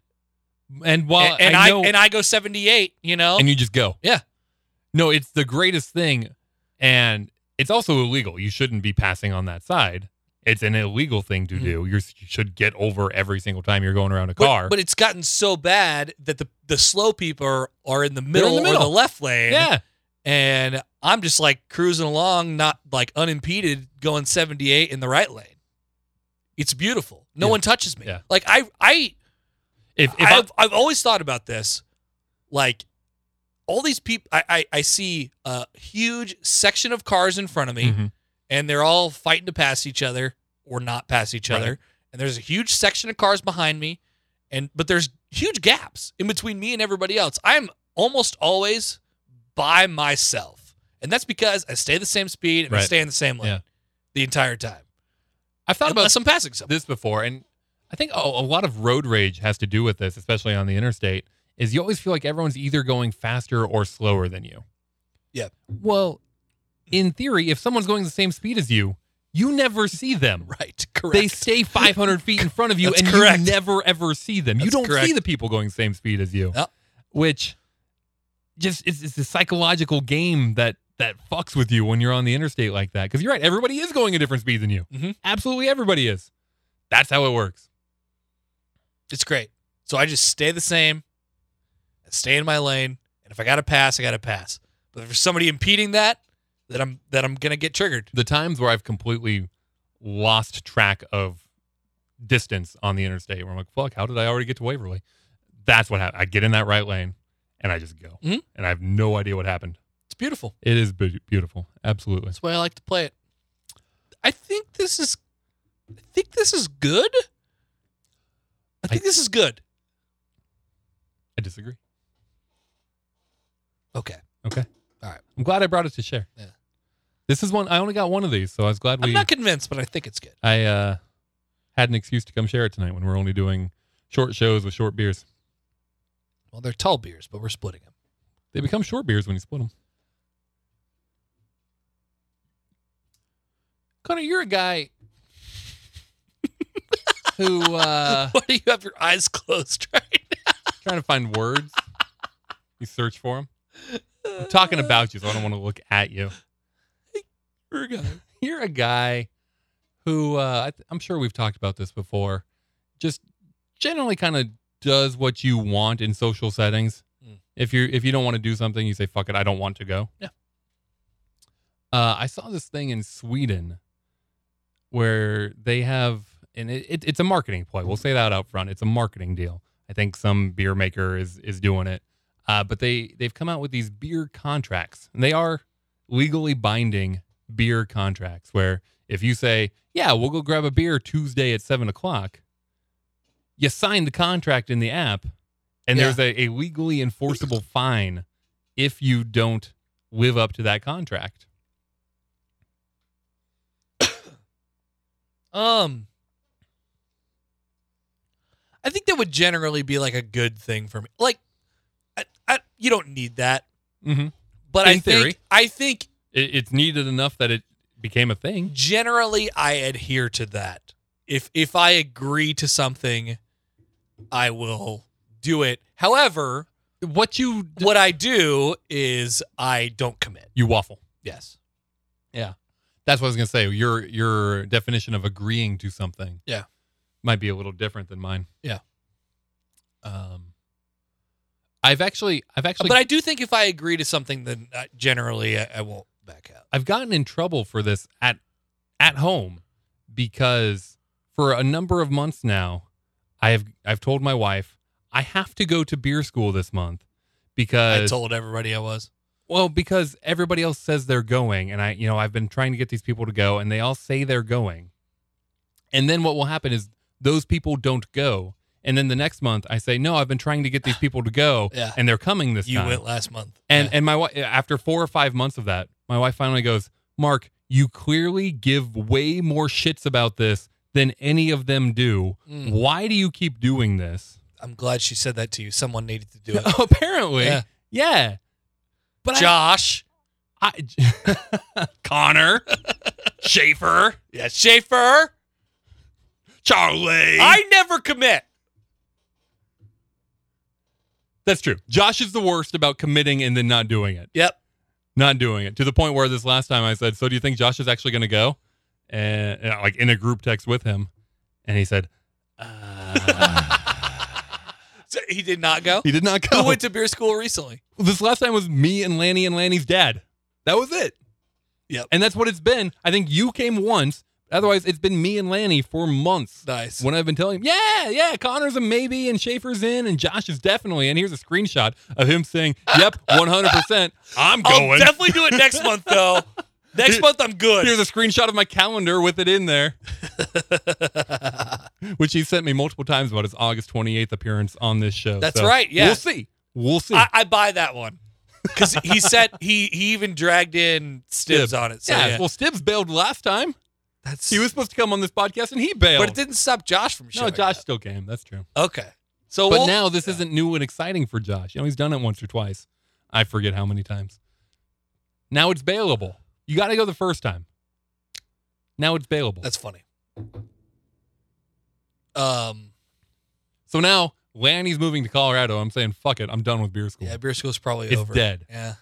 B: And while
C: and, and
B: I
C: I,
B: know,
C: and I go seventy eight. You know.
B: and you just go.
C: Yeah.
B: No, it's the greatest thing, and it's also illegal. You shouldn't be passing on that side. It's an illegal thing to
C: Mhm.
B: do. You're, you should get over every single time you're going around a
C: but,
B: car.
C: but it's gotten so bad that the the slow people are, are in the
B: in the
C: middle, or the
B: middle.
C: left lane.
B: yeah,
C: and I'm just like cruising along, not like unimpeded, going 78 in the right lane. It's beautiful. No
B: Yeah.
C: one touches me.
B: Yeah.
C: Like I, I,
B: if if I,
C: I've, I, have i have always thought about this. Like all these people, I, I, I see a huge section of cars in front of me,
B: Mhm.
C: and they're all fighting to pass each other or not pass each
B: Right.
C: other. And there's a huge section of cars behind me, and but there's huge gaps in between me and everybody else. I'm almost always by myself. And that's because I stay the same speed and I
B: Right.
C: stay in the same lane
B: Yeah.
C: the entire time.
B: I've thought about
C: Unless I'm passing someone.
B: this before, and I think a, a lot of road rage has to do with this, especially on the interstate. Is you always feel like everyone's either going faster or slower than you.
C: Yeah.
B: Well, in theory, if someone's going the same speed as you, you never see them.
C: Right. Correct.
B: They stay 500 feet in front of you,
C: That's
B: and
C: correct.
B: you never ever see them. you
C: That's
B: don't see
C: correct.
B: the people going the same speed as you,
C: Yep.
B: which just is, is a psychological game that that fucks with you when you're on the interstate like that. Because you're right, everybody is going a different speed than you.
C: Mhm.
B: Absolutely, everybody is. That's how it works.
C: It's great. So I just stay the same, I stay in my lane, and if I got to pass, I got to pass. But if there's somebody impeding that, that I'm that I'm gonna get triggered.
B: The times where I've completely lost track of distance on the interstate, where I'm like, "Fuck, how did I already get to Waverly?" That's what happened. I get in that right lane, and I just go,
C: Mhm.
B: and I have no idea what happened.
C: It's beautiful.
B: It is be- beautiful, absolutely.
C: That's why I like to play it. I think this is, I think this is good. I think this is good.
B: I disagree.
C: Okay.
B: Okay.
C: All right.
B: I'm glad I brought it to share.
C: Yeah.
B: This is one I only got one of these, so I was glad we
C: I'm not convinced, but I think it's good.
B: I uh had an excuse to come share it tonight when we're only doing short shows with short beers.
C: Well, they're tall beers, but we're splitting them.
B: They become short beers when you split them. Connor, you're a guy who uh
C: Why do you have your eyes closed right
B: trying to find words. You search for them.
C: now?
B: I'm talking about you, so I don't want to look at you.
C: We're going.
B: you're a guy who uh, I th- I'm sure we've talked about this before. Just generally kind of does what you want in social settings.
C: Mm.
B: If you if you don't want to do something, you say fuck it, I don't want to go.
C: Yeah.
B: Uh, I saw this thing in Sweden where they have and it, it, it's a marketing ploy. We'll say that out front. It's a marketing deal. I think some beer maker is is doing it. Uh, but they they've come out with these beer contracts, and they are legally binding beer contracts where if you say, Yeah, we'll go grab a beer Tuesday at seven o'clock, you sign the contract in the app, and
C: Yeah.
B: there's a, a legally enforceable fine if you don't live up to that contract.
C: Um, I think that would generally be like a good thing for me. Like, I, I, you don't need that,
B: Mm-hmm.
C: but
B: In
C: I
B: theory.
C: think I think
B: It, it's needed enough that it became a thing.
C: generally I adhere to that. If if I agree to something, I will do it. However,
B: What you
C: what I do is I don't commit.
B: you waffle.
C: Yes.
B: That's what I was gonna say. Your your definition of agreeing to something,
C: Yeah.
B: might be a little different than mine.
C: Yeah.
B: Um, I've actually, I've actually,
C: but I do think if I agree to something, then I, generally I, I won't back out.
B: I've gotten in trouble for this at at home because for a number of months now, I have I've told my wife I have to go to beer school this month
C: I
B: because
C: told everybody I was.
B: well because everybody else says they're going and I you know I've been trying to get these people to go and they all say they're going. And then what will happen is those people don't go. And then the next month I say, "No, I've been trying to get these people to go
C: Yeah.
B: and they're coming this
C: You
B: time."
C: went last month.
B: And and my wife after four or five months of that, my wife finally goes, Mark, you clearly give way more shits about this than any of them do.
C: Mm.
B: Why do you keep doing this?
C: I'm glad she said that to you. Someone needed to do it.
B: Apparently,
C: Yeah.
B: yeah. But I-
C: Josh.
B: I, Connor, Schaefer,
C: Yeah, Schaefer.
B: Charlie.
C: I never commit.
B: That's true. Josh is the worst about committing and then not doing it.
C: Yep.
B: Not doing it to the point where this last time I said, "So do you think Josh is actually going to go?" And, and like in a group text with him, and he said,
C: So he did not go?
B: He did not go.
C: Who went to beer school recently?
B: this last time was me and Lanny and Lanny's dad. That was it.
C: Yep.
B: And that's what it's been. I think you came once. Otherwise, it's been me and Lanny for months.
C: Nice.
B: When I've been telling him, yeah, yeah, Connor's a maybe and Schaefer's in and Josh is definitely. And here's a screenshot of him saying, yep, 100%. I'm
C: I'll
B: going.
C: Oh, definitely do it next month, though. Next month, I'm good.
B: here's a screenshot of my calendar with it in there, which he sent me multiple times about his August 28th appearance on this show.
C: That's
B: So
C: right, yeah.
B: We'll see. We'll see.
C: I, I buy that one because he said he he even dragged in Stibbs on it. So
B: yeah,
C: yeah,
B: well, Stibbs bailed last time.
C: that's
B: He was supposed to come on this podcast, and he bailed.
C: but it didn't stop Josh from
B: no,
C: showing.
B: Josh
C: up.
B: still came. That's true.
C: Okay, so
B: But
C: we'll-
B: now this
C: yeah.
B: isn't new and exciting for Josh. You know, he's done it once or twice. I forget how many times. Now it's bailable. You got to go the first time. Now it's bailable.
C: that's funny. Um,
B: so now Lanny's moving to Colorado. I'm saying, fuck it. I'm done with beer school
C: yeah, beer school's probably
B: It's
C: over.
B: dead.
C: Yeah,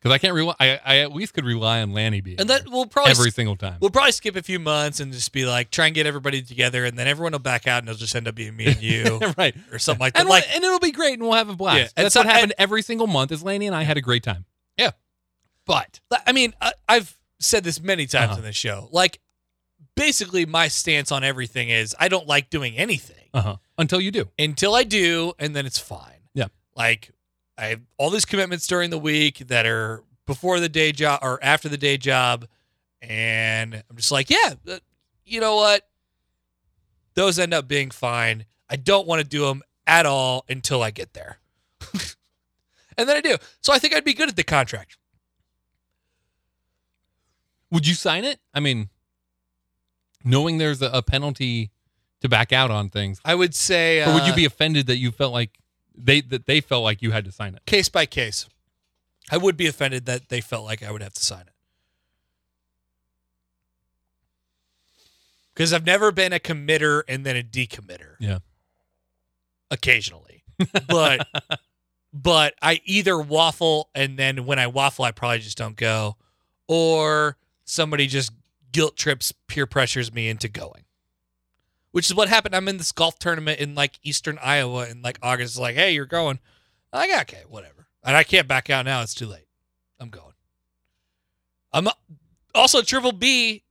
B: because I can't rely. I, I at least could rely on Lanny being
C: and that
B: there
C: we'll probably
B: every single time.
C: we'll probably skip a few months and just be like try and get everybody together, and then everyone will back out, and it'll just end up being me and you
B: right.
C: or something like that.
B: And,
C: like
B: we'll- and it'll be great, and we'll have a blast.
C: Yeah, and
B: That's
C: so-
B: what happened every single month. Is Lanny and I had a great time.
C: But I mean, I, I've said this many times
B: Uh-huh.
C: in this show. Like, basically, my stance on everything is I don't like doing anything
B: Uh huh. Until you do.
C: until I do, and then it's fine.
B: Yeah.
C: Like, I have all these commitments during the week that are before the day job or after the day job, and I'm just like, yeah, uh, you know what? Those end up being fine. I don't want to do them at all until I get there. and then I do. So I think I'd be good at the contract.
B: Would you sign it? I mean, knowing there's a, a penalty to back out on things,
C: I would say,
B: or would you
C: uh,
B: be offended that you felt like they that they felt like you had to sign it?
C: case by case? I would be offended that they felt like I would have to sign it because I've never been a committer and then a decommitter.
B: Yeah.
C: occasionally, but but I either waffle and then when I waffle, I probably just don't go, or somebody just guilt trips, peer pressures me into going. Which is what happened. I'm in this golf tournament in like Eastern Iowa in like August. It's like, hey, you're going. I got okay, whatever. And I can't back out now. It's too late. I'm going. I'm also Triple B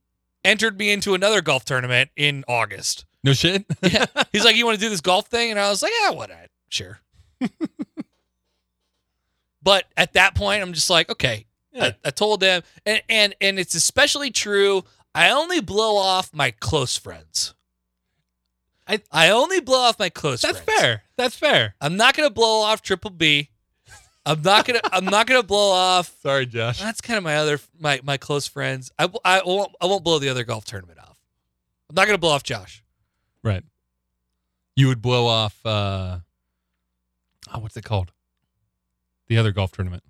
C: entered me into another golf tournament in August.
B: No shit.
C: Yeah. He's like, "You want to do this golf thing?" And I was like, "Yeah, what? I sure." but at that point, I'm just like, "Okay."
B: Yeah.
C: I, I told them, and, and and it's especially true. I only blow off my close friends. I
B: I-
C: I only blow off my close.
B: That's
C: friends.
B: fair. That's fair.
C: I'm not gonna blow off Triple B. I'm not gonna. I'm not gonna blow off.
B: Sorry, Josh.
C: That's kind of my other my my close friends. I, w- I won't I won't blow the other golf tournament off. I'm not gonna blow off Josh.
B: Right. You would blow off. uh oh, What's it called? The other golf tournament.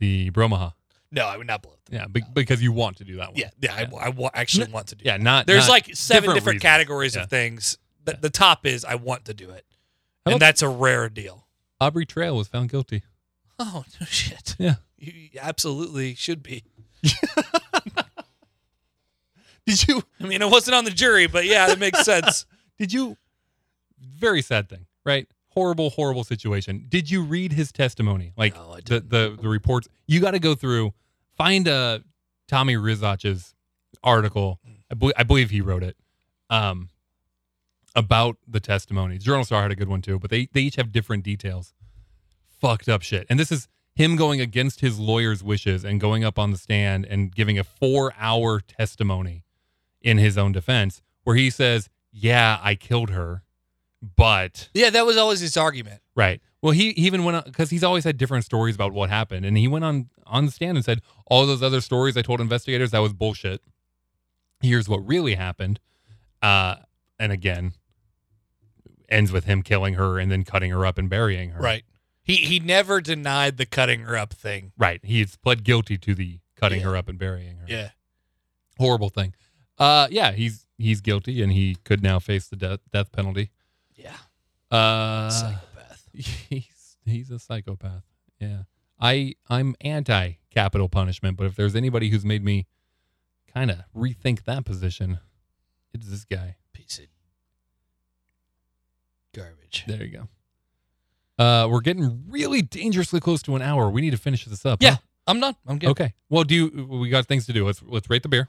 B: The Bromaha.
C: No, I would not blow. Them.
B: Yeah, be- because you want to do that one.
C: Yeah, yeah, I, I wa- actually want to do.
B: Yeah. Not.
C: it. there's
B: not-
C: like seven
B: different
C: different,
B: reasons.
C: categories
B: Yeah.
C: of things. The,
B: Yeah.
C: the top is I want to do it,
B: How
C: and
B: about-
C: that's a rare deal.
B: Aubrey Trail was found guilty.
C: Oh no, shit.
B: Yeah.
C: you, you absolutely should be.
B: Did you
C: I mean, it wasn't on the jury, but yeah, that makes sense.
B: Did you? Very sad thing, right? Horrible, horrible situation. Did you read his testimony? Like
C: No, I
B: the, the the reports. You got to go through. Find uh Tommy Rizach's article. I, bel I believe he wrote it. Um, about the testimony. Journal Star had a good one too, but they they each have different details. Fucked up shit. And this is him going against his lawyer's wishes and going up on the stand and giving a four hour testimony in his own defense, where he says, "Yeah, I killed her, but."
C: Yeah, that was always his argument.
B: Right. Well, he he even went on because he's always had different stories about what happened, and he went on on the stand and said all those other stories I told investigators that was bullshit. Here's what really happened, uh, and again, ends with him killing her and then cutting her up and burying her.
C: Right. He he never denied the cutting her up thing.
B: Right. He's pled guilty to the cutting
C: Yeah.
B: her up and burying her.
C: Yeah.
B: Horrible thing. Uh, yeah. He's he's guilty, and he could now face the death death penalty.
C: Yeah.
B: Uh,
C: Psychopath.
B: He's he's a psychopath. Yeah. I I'm anti capital punishment, but if there's anybody who's made me kind of rethink that position, it's this guy.
C: Piece of garbage.
B: There you go. Uh, we're getting really dangerously close to an hour. We need to finish this up.
C: Yeah.
B: huh?
C: I'm not. I'm good.
B: Okay. Well, do you, we got things to do? Let's let's rate the beer.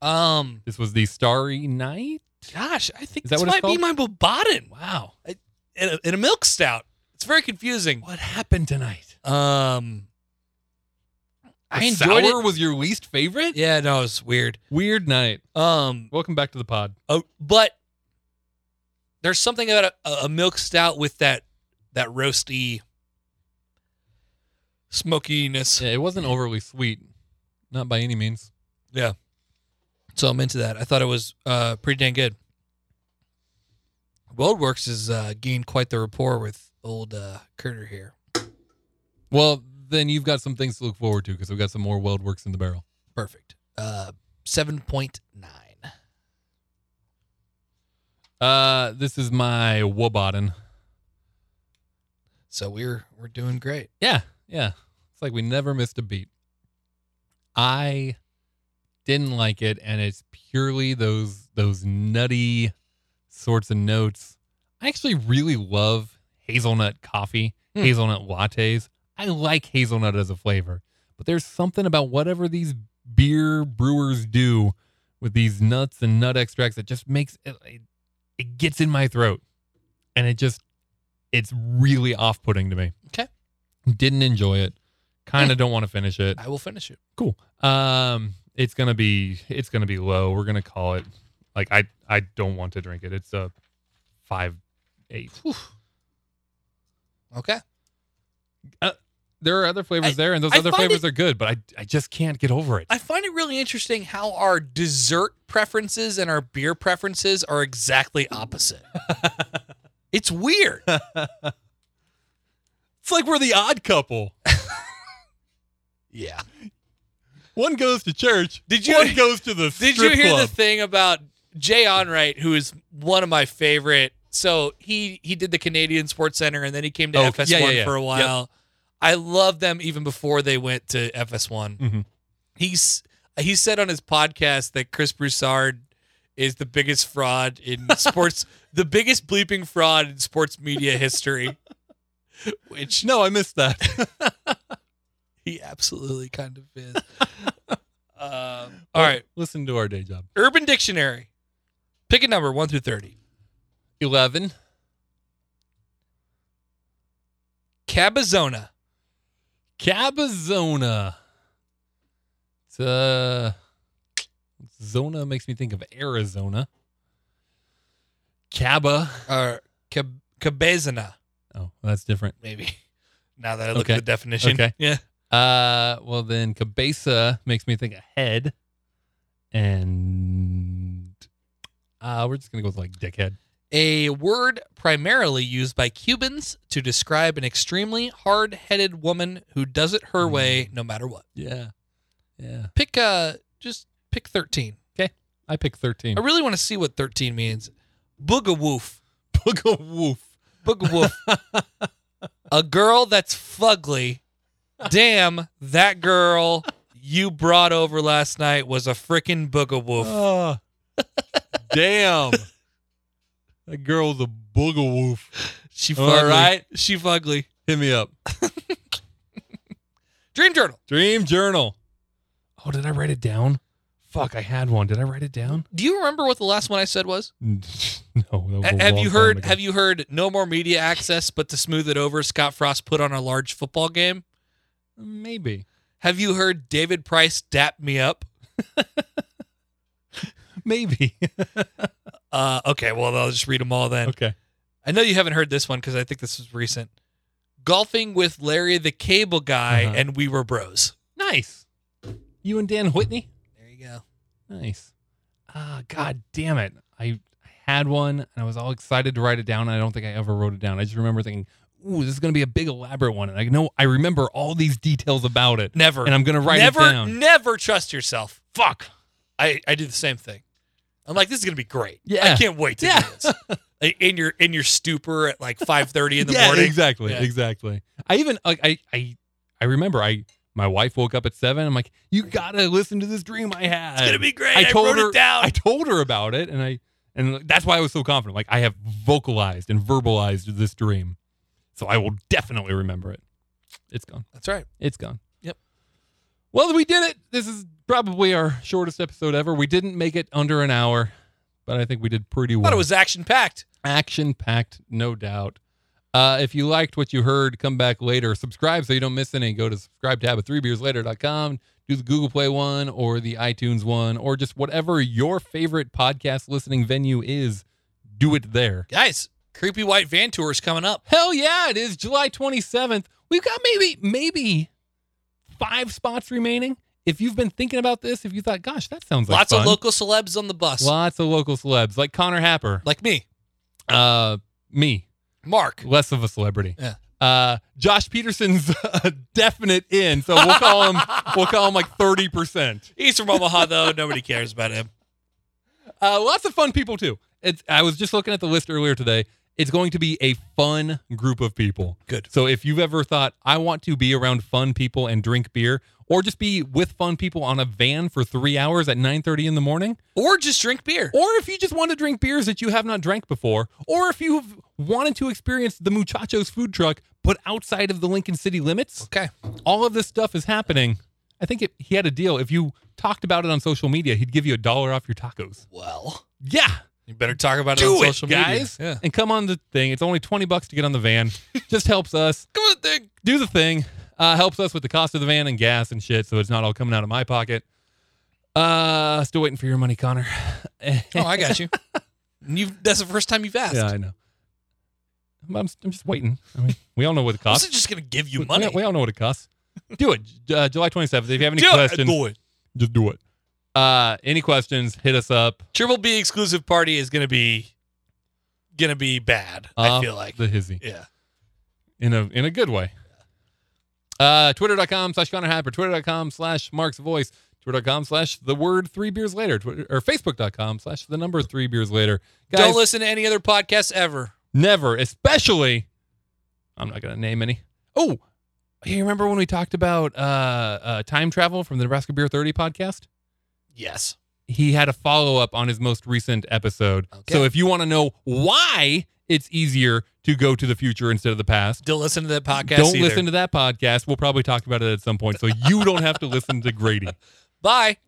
C: Um.
B: This was the Starry Night.
C: Gosh, I think
B: Is that
C: this
B: what it's
C: might be my Bobatin. Wow. I, in, a, in a milk stout. It's very confusing.
B: What happened tonight?
C: Um, I
B: The
C: enjoyed
B: sour
C: it.
B: was your least favorite.
C: Yeah, no, it's weird.
B: Weird night.
C: Um,
B: Welcome
C: Uh,
B: back to the pod.
C: oh, but there's something about a, a milk stout with that that roasty smokiness.
B: Yeah, it wasn't overly sweet, not by any means.
C: So I'm into that. I thought it was uh, pretty dang good. Roadworks has uh, gained quite the rapport with old uh, Curter here.
B: Well, then you've got some things to look forward to because we've got some more weld works in the barrel.
C: Perfect. Uh, 7.9.
B: Uh, this is my Woboden.
C: So we're we're doing great.
B: Yeah, yeah. It's like we never missed a beat. I didn't like it, and it's purely those those nutty sorts of notes. I actually really love hazelnut coffee,
C: Hmm.
B: hazelnut lattes. I like hazelnut as a flavor, but there's something about whatever these beer brewers do with these nuts and nut extracts that just makes it, it, it gets in my throat, and it just it's really off-putting to me.
C: Okay.
B: Didn't enjoy it. Kind of don't want to finish it.
C: I will finish it.
B: Cool. Um, it's gonna be it's gonna be low. We're gonna call it like I I don't want to drink it. It's a five eight.
C: Okay.
B: There are other flavors
C: I-
B: there, and those
C: I
B: other
C: find
B: flavors are good, but I I just can't get over it.
C: I find it really interesting how our dessert preferences and our beer preferences are exactly opposite. it's weird.
B: It's like we're the odd couple.
C: Yeah.
B: One goes to church.
C: Did you-
B: One goes to the
C: Did
B: strip
C: you hear
B: club.
C: the thing about Jay Onright, who is one of my favorite? So he he did the Canadian Sports Center, and then he came to
B: Oh,
C: FS1
B: yeah, yeah, yeah.
C: for a while. I loved them even before they went to FS1.
B: Mhm.
C: He's he said on his podcast that Chris Broussard is the biggest fraud in sports, the biggest bleeping fraud in sports media history, which
B: no, I missed that.
C: he absolutely kind of is. um, all right,
B: Listen to our day job.
C: Urban Dictionary, pick a number one through thirty.
B: Eleven.
C: Cabazona.
B: Cabazona. It's uh, Zona makes me think of Arizona. Caba.
C: Or cab- Cabezona,
B: Oh, that's different.
C: maybe. Now that I look
B: Okay.
C: at the definition.
B: Okay.
C: Yeah.
B: Uh, well then, Cabeza makes me think of head, and uh, we're just gonna go with like dickhead.
C: A word primarily used by Cubans to describe an extremely hard headed woman who does it her
B: Mm.
C: way no matter what.
B: Yeah, yeah.
C: Pick uh just pick thirteen.
B: I pick thirteen.
C: I really want to see what thirteen means. Boogawoof.
B: Booga woof.
C: Boogawoof. a girl that's fugly. Damn, that girl you brought over last night was a frickin' boogawoof.
B: Ah. damn. That girl's a booga woof.
C: She
B: All
C: fugly.
B: right.
C: She fugly.
B: Hit me up.
C: Dream Journal.
B: Dream journal. Oh, did I write it down? Fuck, I had one. Did I write it down?
C: Do you remember what the last one I said was?
B: no. that was
C: A-
B: a
C: have
B: long time
C: you heard?
B: ago.
C: Have you heard? No more media access, but to smooth it over, Scott Frost put on a large football game.
B: Maybe.
C: Have you heard? David Price dap me up.
B: Maybe.
C: Uh, okay, well I'll just read them all then.
B: okay.
C: I know you haven't heard this one because I think this was recent. Golfing with Larry the Cable Guy,
B: Uh-huh.
C: and we were bros.
B: Nice. You and Dan Whitney?
C: There you go.
B: Nice. Ah, god damn it. I I had one and I was all excited to write it down. And I don't think I ever wrote it down. I just remember thinking, ooh, this is gonna be a big elaborate one. And I know I remember all these details about it.
C: Never,
B: And I'm gonna write
C: never,
B: it down.
C: never trust yourself. Fuck. I I do the same thing. I'm like, this is gonna be great. I
B: Yeah.
C: can't wait to
B: Yeah.
C: do this. Like, In your in your stupor at like five thirty in the
B: yeah,
C: morning.
B: Exactly,
C: Yeah.
B: exactly. I even like I I I remember I my wife woke up at seven. I'm like, you gotta listen to this dream I had.
C: It's gonna be great.
B: I
C: I,
B: told
C: wrote
B: her-
C: it down.
B: I told her about it, and I and that's why I was so confident. Like I have vocalized and verbalized this dream, so I will definitely remember it. It's gone.
C: That's right.
B: It's gone.
C: Yep.
B: Well, we did it. This is probably our shortest episode ever. We didn't make it under an hour, but I think we did pretty well
C: Thought it was action packed.
B: action packed, no doubt. Uh, if you liked what you heard, come back later. Subscribe so you don't miss any. Go to subscribe tab at threebeerslater.com. Do the Google Play one or the iTunes one or just whatever your favorite podcast listening venue is. Do it there.
C: Guys, Creepy White Van Tour is coming up.
B: Hell yeah, it is July 27th. We've got maybe maybe five spots remaining. If you've been thinking about this, if you thought, gosh, that sounds like
C: Lots of
B: fun.
C: local celebs on the bus,
B: lots of local celebs like Connor Happer,
C: like me,
B: uh, me,
C: Mark.
B: less of a celebrity.
C: Yeah.
B: Uh, Josh Peterson's a definite in, so we'll call him. we'll call him like 30 percent.
C: He's from Omaha though. Nobody cares about him.
B: Uh, lots of fun people too. It's, I was just looking at the list earlier today. It's going to be a fun group of people.
C: Good.
B: So if you've ever thought I want to be around fun people and drink beer, or just be with fun people on a van for three hours at 9:30 in the morning,
C: Or just drink beer.
B: or if you just want to drink beers that you have not drank before, or if you've wanted to experience the Muchachos food truck but outside of the Lincoln city limits,
C: Okay.
B: all of this stuff is happening. I think it, he had a deal. If you talked about it on social media, he'd give you a dollar off your tacos.
C: Well,
B: Yeah.
C: you better talk about it
B: Do
C: on
B: it,
C: social
B: guys.
C: media. Yeah.
B: and come on the thing. It's only 20 bucks to get on the van. Just helps us
C: Come on, thing.
B: do the thing. Uh, helps us with the cost of the van and gas and shit, so it's not all coming out of my pocket. Uh, still waiting for your money, Connor.
C: Oh, I got you. you that's the first time you've asked.
B: yeah, I know. I'm, I'm I'm just waiting. I mean, we all know what it
C: I
B: costs.
C: wasn't just gonna give you
B: We-
C: money.
B: We, all know what it costs. Do it. Uh, July 27th. If you have any
C: Do it,
B: questions,
C: do it.
B: just do it. Uh, any questions? Hit us up.
C: Triple B exclusive party is gonna be gonna be bad. I
B: Off
C: feel like.
B: the hizzy.
C: yeah.
B: in a in a good way. Uh, Twitter.com slash Connor Happer, Twitter.com slash Mark's Voice, Twitter.com slash the word three beers later, Twitter, or Facebook.com slash the number three beers later. Guys,
C: Don't listen to any other podcast ever.
B: never, especially, I'm not going to name any. Oh, you remember when we talked about uh, uh, time travel from the Nebraska Beer 30 podcast?
C: Yes.
B: he had a follow up on his most recent episode.
C: Okay.
B: So if you want to know why it's easier to go to the future instead of the past,
C: Don't listen to that podcast.
B: don't listen to that podcast. We'll probably talk about it at some point. So you don't have to listen to Grady.
C: Bye.